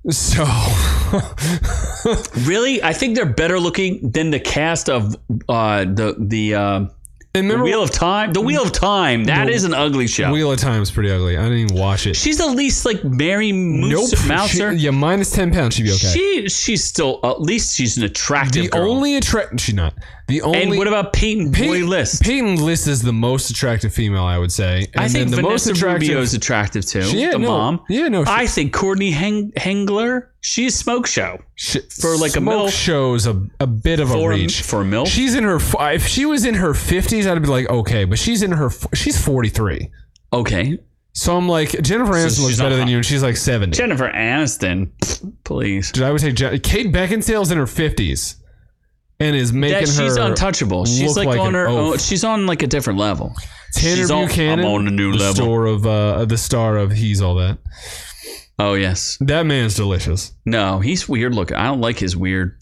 Speaker 1: so,
Speaker 2: Really, I think they're better looking than the cast of uh, the the uh,
Speaker 1: and remember,
Speaker 2: Wheel of Time. The Wheel of Time. That is an ugly show.
Speaker 1: Wheel of Time's pretty ugly. I didn't even watch it.
Speaker 2: She's the least like Mary Moose Mouser.
Speaker 1: She- yeah, minus 10 pounds, she'd be okay.
Speaker 2: She she's still at least she's an attractive
Speaker 1: the
Speaker 2: girl.
Speaker 1: only attract, she's not. The only.
Speaker 2: and what about Peyton Boy
Speaker 1: Peyton
Speaker 2: List?
Speaker 1: Peyton List is the most attractive female, I would say. And
Speaker 2: I
Speaker 1: then
Speaker 2: think
Speaker 1: the
Speaker 2: Vanessa
Speaker 1: most attractive.
Speaker 2: Rubio is attractive too.
Speaker 1: She- yeah,
Speaker 2: the
Speaker 1: no.
Speaker 2: mom.
Speaker 1: Yeah, no, she-
Speaker 2: I think Courtney Heng- Hengler. She's smoke show.
Speaker 1: sh-
Speaker 2: for like a
Speaker 1: smoke
Speaker 2: MILF.
Speaker 1: shows a, a bit of
Speaker 2: For
Speaker 1: a
Speaker 2: a-
Speaker 1: reach
Speaker 2: for a MILF?
Speaker 1: She's in her f- if she was in her fifties, I'd be like okay, but she's in her f- she's forty three.
Speaker 2: Okay,
Speaker 1: So I'm like, Jennifer Aniston
Speaker 2: she's
Speaker 1: looks
Speaker 2: not
Speaker 1: better than
Speaker 2: hot.
Speaker 1: you, and she's like 70.
Speaker 2: Jennifer Aniston, pfft, please.
Speaker 1: Dude, I would say Je- Kate Beckinsale's in her 50s and is making
Speaker 2: That, she's
Speaker 1: her
Speaker 2: untouchable. She's
Speaker 1: look
Speaker 2: like,
Speaker 1: like
Speaker 2: on
Speaker 1: an
Speaker 2: her
Speaker 1: oaf.
Speaker 2: own. She's on like a different level.
Speaker 1: Tanner
Speaker 2: she's on- I'm
Speaker 1: Buchanan,
Speaker 2: on a new
Speaker 1: the
Speaker 2: level.
Speaker 1: Star of, uh, the star of He's All That.
Speaker 2: Oh yes.
Speaker 1: That man's delicious.
Speaker 2: No, he's weird looking. I don't like his weird,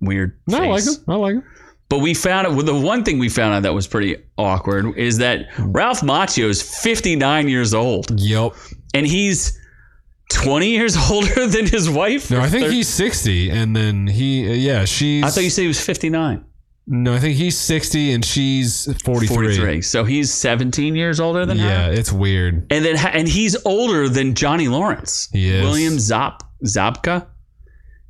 Speaker 2: weird.
Speaker 1: No, I like
Speaker 2: face.
Speaker 1: him. I like him.
Speaker 2: But we found out well, the one thing we found out that was pretty awkward is that
Speaker 1: Hmm.
Speaker 2: Ralph Macchio is 59 years old
Speaker 1: Yep.
Speaker 2: and he's 20 years older than his wife.
Speaker 1: No, I think
Speaker 2: Thir-
Speaker 1: he's 60, and then he, uh, yeah, she's.
Speaker 2: I thought you said he was 59.
Speaker 1: No, I think he's 60 and she's 43.
Speaker 2: 43. So he's 17 years older than
Speaker 1: Yeah,
Speaker 2: her.
Speaker 1: it's weird.
Speaker 2: And then ha- and he's older than Johnny Lawrence.
Speaker 1: He is.
Speaker 2: William Zop Zopka.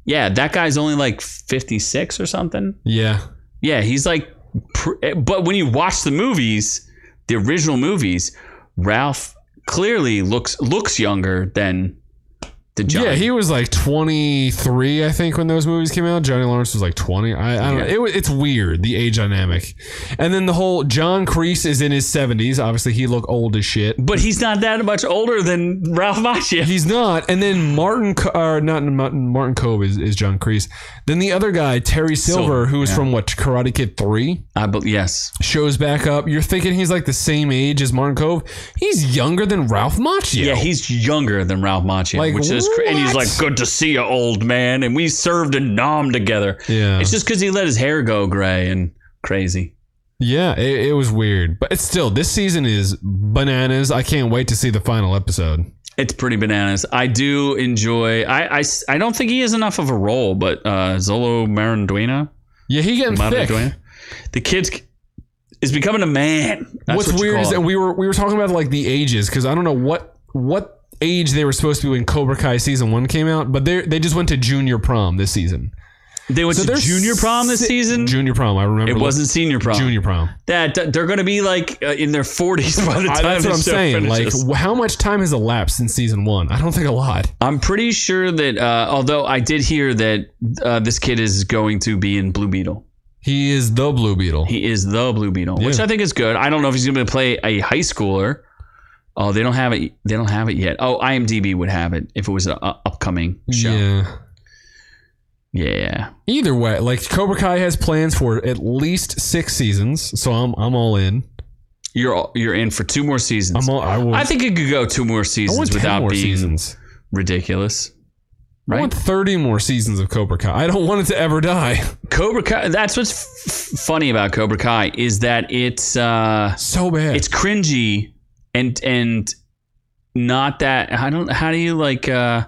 Speaker 2: Yeah, that guy's only like 56 or something.
Speaker 1: Yeah.
Speaker 2: Yeah, he's like, pr- eh, but when you watch the movies, the original movies, Ralph clearly looks looks younger than the Johnny.
Speaker 1: Yeah, he was like 23, I think, when those movies came out. Johnny Lawrence was like 20. I, I don't
Speaker 2: Yeah.
Speaker 1: know. It, it's weird, the age dynamic. And then the whole John Creese is in his 70s. Obviously, he looked old as shit.
Speaker 2: but he's not that much older than Ralph Macchio.
Speaker 1: He's not. And then Martin, Co- or not Martin, Martin Cove is, is John Creese. Then the other guy, Terry Silver,
Speaker 2: Silver,
Speaker 1: who was
Speaker 2: yeah.
Speaker 1: from what, Karate Kid 3,
Speaker 2: I bel yes,
Speaker 1: shows back up. You're thinking he's like the same age as Martin Cove. He's younger than Ralph Macchio.
Speaker 2: yeah, he's younger than Ralph Macchio,
Speaker 1: Like,
Speaker 2: which is cra- and he's
Speaker 1: what?
Speaker 2: like, "Good to see you, old man." And we served and nom together.
Speaker 1: Yeah.
Speaker 2: It's just because he let his hair go gray and crazy.
Speaker 1: Yeah, it, it was weird, but it's still this season is bananas. I can't wait to see the final episode.
Speaker 2: It's pretty bananas. I do enjoy. I, I s- I don't think he is enough of a role, but uh, Zolo Maranduina,
Speaker 1: Yeah, he getting
Speaker 2: Mama
Speaker 1: thick.
Speaker 2: Duane. The kid is becoming a man. That's
Speaker 1: What's
Speaker 2: what you
Speaker 1: weird
Speaker 2: call
Speaker 1: is
Speaker 2: it.
Speaker 1: that we were we were talking about like the ages because I don't know what what age they were supposed to be when Cobra Kai season one came out, but they they just went to junior prom this season.
Speaker 2: they went to
Speaker 1: there's
Speaker 2: junior prom this
Speaker 1: si-
Speaker 2: season.
Speaker 1: Junior prom, I remember.
Speaker 2: it wasn't senior prom.
Speaker 1: junior prom.
Speaker 2: That that- they're going to be like uh, in their forties by the time
Speaker 1: I- that's
Speaker 2: this
Speaker 1: what I'm
Speaker 2: show
Speaker 1: saying.
Speaker 2: finishes.
Speaker 1: Like, wh- how much time has elapsed since season one? I don't think a lot.
Speaker 2: I'm pretty sure that uh, although I did hear that uh, this kid is going to be in Blue Beetle.
Speaker 1: He is the Blue Beetle.
Speaker 2: He is the Blue Beetle, which
Speaker 1: Yeah.
Speaker 2: I think is good. I don't know if he's going to play a high schooler. Oh, they don't have it. They don't have it yet. Oh, IMDb would have it if it was an upcoming show.
Speaker 1: Yeah.
Speaker 2: yeah.
Speaker 1: Either way, like Cobra Kai has plans for at least six seasons, so I'm I'm all in.
Speaker 2: you're you're in for two more seasons.
Speaker 1: I'm all I want.
Speaker 2: I think it could go two more
Speaker 1: I
Speaker 2: seasons
Speaker 1: want ten
Speaker 2: without
Speaker 1: more
Speaker 2: being
Speaker 1: seasons.
Speaker 2: ridiculous.
Speaker 1: I
Speaker 2: Right?
Speaker 1: want thirty more seasons of Cobra Kai. I don't want it to ever die.
Speaker 2: Cobra Kai. That's what's f- f- funny about Cobra Kai is that it's uh,
Speaker 1: So bad.
Speaker 2: it's cringy and and not that I don't how do you like uh,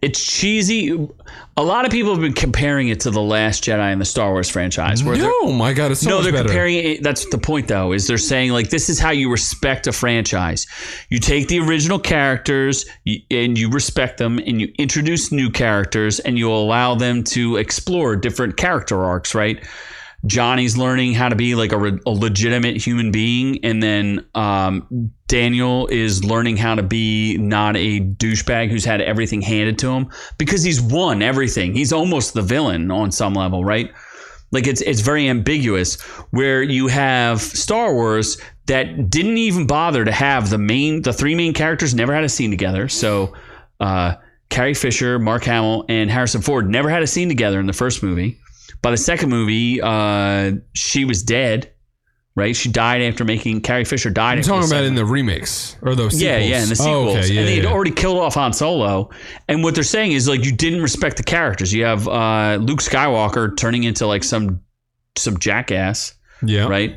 Speaker 2: it's cheesy. A lot of people have been comparing it to the Last Jedi and the Star Wars franchise, where they're
Speaker 1: no, my God, it's so
Speaker 2: no,
Speaker 1: much
Speaker 2: they're
Speaker 1: better.
Speaker 2: comparing it. That's the point, though, is they're saying like this is how you respect a franchise. You take the original characters you, and you respect them, and you introduce new characters, and you allow them to explore different character arcs. Right? Johnny's learning how to be like a, re- a legitimate human being, and then um, Daniel is learning how to be not a douchebag who's had everything handed to him because he's won everything. He's almost the villain on some level, right? Like it's it's very ambiguous. Where you have Star Wars that didn't even bother to have the main the three main characters never had a scene together. So uh, Carrie Fisher, Mark Hamill, and Harrison Ford never had a scene together in the first movie. By the second movie, uh, she was dead. Right, she died after making Carrie Fisher died.
Speaker 1: I'm
Speaker 2: after
Speaker 1: talking
Speaker 2: the
Speaker 1: about
Speaker 2: second-
Speaker 1: in the remakes or those.
Speaker 2: yeah, yeah, in the
Speaker 1: Oh,
Speaker 2: sequels,
Speaker 1: okay, yeah,
Speaker 2: and they had
Speaker 1: yeah.
Speaker 2: already killed off Han Solo. And what they're saying is like you didn't respect the characters. You have uh, Luke Skywalker turning into like some some jackass,
Speaker 1: yeah.
Speaker 2: right?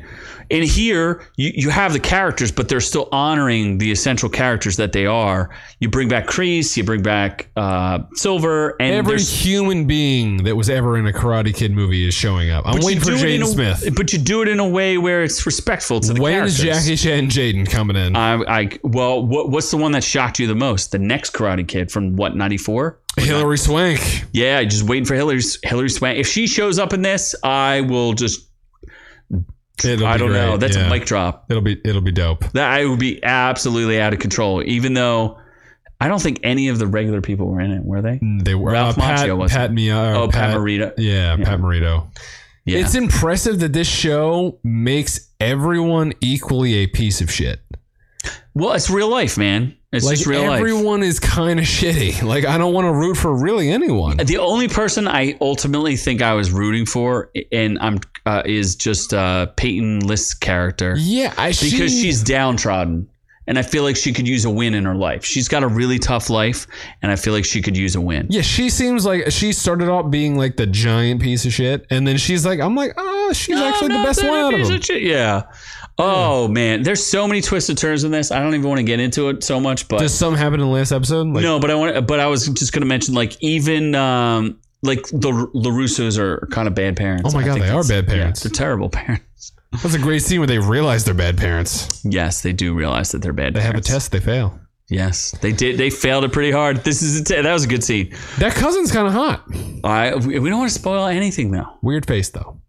Speaker 2: And here you, you have the characters, but they're still honoring the essential characters that they are. You bring back Kreese, you bring back uh, Silver, and
Speaker 1: Every
Speaker 2: there's-
Speaker 1: human being that was ever in a Karate Kid movie is showing up. I'm
Speaker 2: but you
Speaker 1: waiting for
Speaker 2: do it
Speaker 1: Jaden
Speaker 2: in a-
Speaker 1: Smith.
Speaker 2: But you do it in a way where it's respectful to the
Speaker 1: When is
Speaker 2: characters. Uh,
Speaker 1: Jackie Chan and Jaden coming in?
Speaker 2: I, I well, what, what's the one that shocked you the most? The next Karate Kid from what ninety four?
Speaker 1: Hillary Swank.
Speaker 2: Yeah, just waiting for Hillary's Hillary Swank. If she shows up in this, I will just
Speaker 1: It'll
Speaker 2: I
Speaker 1: be
Speaker 2: don't know.
Speaker 1: great,
Speaker 2: That's
Speaker 1: yeah.
Speaker 2: a mic drop.
Speaker 1: It'll be it'll be dope.
Speaker 2: That I would be absolutely out of control. Even though I don't think any of the regular people were in it, were they?
Speaker 1: They were
Speaker 2: Ralph
Speaker 1: uh, Pat,
Speaker 2: Macchio wasn't.
Speaker 1: Pat Mia.
Speaker 2: Oh, Pat,
Speaker 1: Pat
Speaker 2: Morita.
Speaker 1: Yeah, Pat Morito.
Speaker 2: Yeah.
Speaker 1: It's impressive that this show makes everyone equally a piece of shit.
Speaker 2: Well, it's real life, man. It's
Speaker 1: Like
Speaker 2: just real life.
Speaker 1: everyone is kind of shitty. Like I don't want to root for really anyone.
Speaker 2: The only person I ultimately think I was rooting for, and I'm uh, is just uh, Peyton List's character
Speaker 1: Yeah, I
Speaker 2: because
Speaker 1: she-
Speaker 2: she's downtrodden, and I feel like she could use a win in her life. She's got a really tough life, and I feel like she could use a win.
Speaker 1: Yeah, she seems like she started out being like the giant piece of shit, and then she's like, I'm like, oh, she's
Speaker 2: No,
Speaker 1: actually the
Speaker 2: not
Speaker 1: best
Speaker 2: that
Speaker 1: one out of
Speaker 2: piece
Speaker 1: them.
Speaker 2: shit. Yeah. Oh man, there's so many twists and turns in this. I don't even want to get into it so much, but
Speaker 1: Does something happen in the last episode? Like,
Speaker 2: no, but I want. But I was just going to mention, like even um, like the Larussos are kind of bad parents.
Speaker 1: Oh my
Speaker 2: I
Speaker 1: God,
Speaker 2: think
Speaker 1: they are
Speaker 2: that's-
Speaker 1: bad parents.
Speaker 2: they're terrible parents.
Speaker 1: That's a great scene where they realize they're bad parents.
Speaker 2: Yes, they do realize that they're bad.
Speaker 1: They have a
Speaker 2: parents.
Speaker 1: test, they fail.
Speaker 2: Yes, they did. They failed it pretty hard. This is a te- that was a good scene.
Speaker 1: That cousin's kind of hot.
Speaker 2: All right, we we don't want to spoil anything though.
Speaker 1: Weird face though.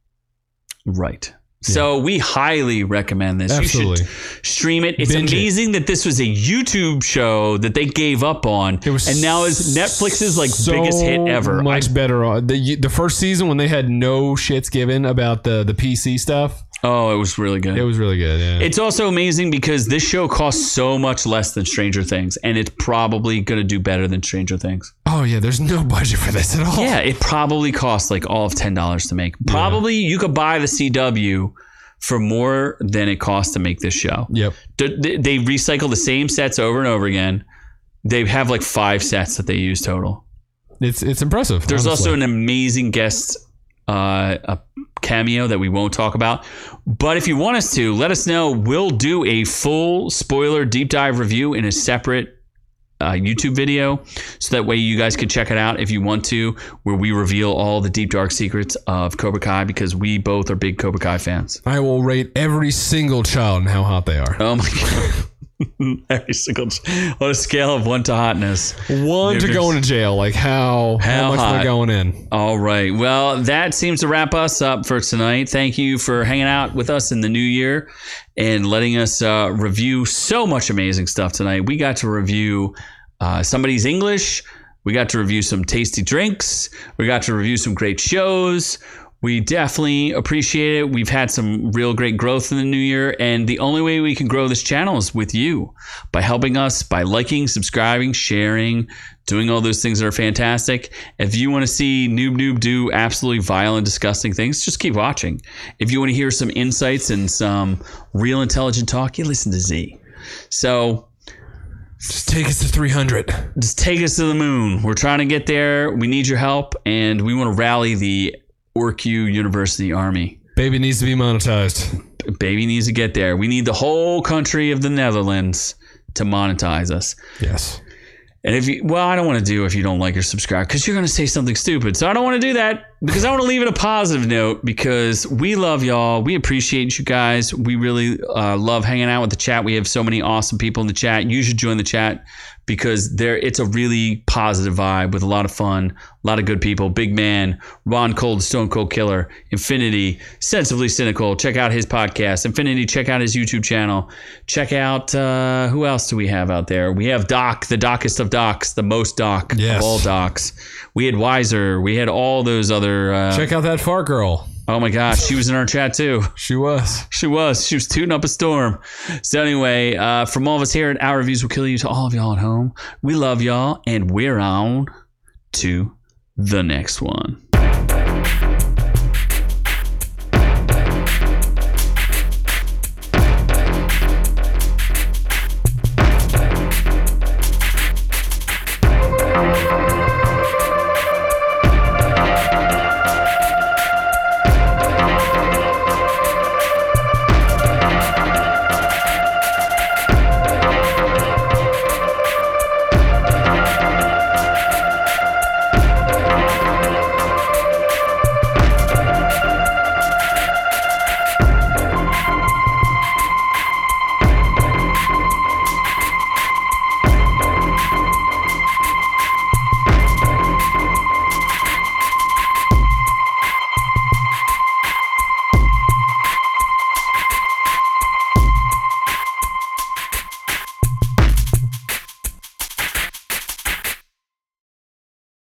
Speaker 2: Right. So we highly recommend this.
Speaker 1: Absolutely.
Speaker 2: You should stream it. It's
Speaker 1: Binge it.
Speaker 2: amazing that this was a YouTube show that they gave up on,
Speaker 1: It was
Speaker 2: and now is Netflix's like
Speaker 1: so
Speaker 2: biggest hit ever. I,
Speaker 1: Much better. on- The, the first season when they had no shits given about the the PC stuff,
Speaker 2: oh, it was really good.
Speaker 1: it was really good. Yeah.
Speaker 2: It's also amazing because this show costs so much less than Stranger Things, and it's probably going to do better than Stranger Things.
Speaker 1: oh yeah, there's no budget for this at all.
Speaker 2: Yeah, it probably costs like all of ten dollars to make. Probably you could buy the CW for more than it costs to make this show.
Speaker 1: Yep.
Speaker 2: Th- th- They recycle the same sets over and over again. They have like five sets that they use total.
Speaker 1: It's it's impressive.
Speaker 2: There's
Speaker 1: honestly.
Speaker 2: also an amazing guest uh, a cameo that we won't talk about. But if you want us to, let us know. We'll do a full spoiler deep dive review in a separate uh, YouTube video, so that way you guys can check it out if you want to, where we reveal all the deep dark secrets of Cobra Kai because we both are big Cobra Kai fans.
Speaker 1: I will rate every single child and how hot they are.
Speaker 2: Oh my god! Every single on a scale of one to hotness.
Speaker 1: One to
Speaker 2: Uh, There's-
Speaker 1: going to jail, like how how,
Speaker 2: How
Speaker 1: much
Speaker 2: hot.
Speaker 1: they're going in.
Speaker 2: All right. Well, that seems to wrap us up for tonight. Thank you for hanging out with us in the new year and letting us uh, review so much amazing stuff tonight. We got to review uh, somebody's English. We got to review some tasty drinks. We got to review some great shows. We definitely appreciate it. We've had some real great growth in the new year. And the only way we can grow this channel is with you by helping us by liking, subscribing, sharing, doing all those things that are fantastic. If you want to see Noob Noob do absolutely vile and disgusting things, just keep watching. If you want to hear some insights and some real intelligent talk, you listen to Z. So
Speaker 1: Just take us to 300.
Speaker 2: just take us to the moon. We're trying to get there. We need your help, and we want to rally the OrQ University Army.
Speaker 1: Baby needs to be monetized.
Speaker 2: Baby needs to get there. We need the whole country of the Netherlands to monetize us.
Speaker 1: Yes.
Speaker 2: And if you, well, I don't want to do if you don't like or subscribe because you're going to say something stupid. So I don't want to do that because I want to leave it a positive note because we love y'all. We appreciate you guys. We really uh, love hanging out with the chat. We have so many awesome people in the chat. You should join the chat because there it's a really positive vibe with a lot of fun, a lot of good people. Big Man, Ron Cold, Stone Cold Killer, Infinity, Sensibly Cynical. Check out his podcast, Infinity. Check out his YouTube channel. Check out uh, who else do we have out there? We have Doc, the Docest of Docs, the most Doc
Speaker 1: Yes.
Speaker 2: of all Docs. We had Wiser. We had all those other. Uh,
Speaker 1: Check out that fart girl.
Speaker 2: oh my gosh, she was in our chat too.
Speaker 1: She was.
Speaker 2: She was. She was tooting up a storm. So anyway, uh, from all of us here at Our Reviews Will Kill You to all of y'all at home, we love y'all, and we're on to the next one.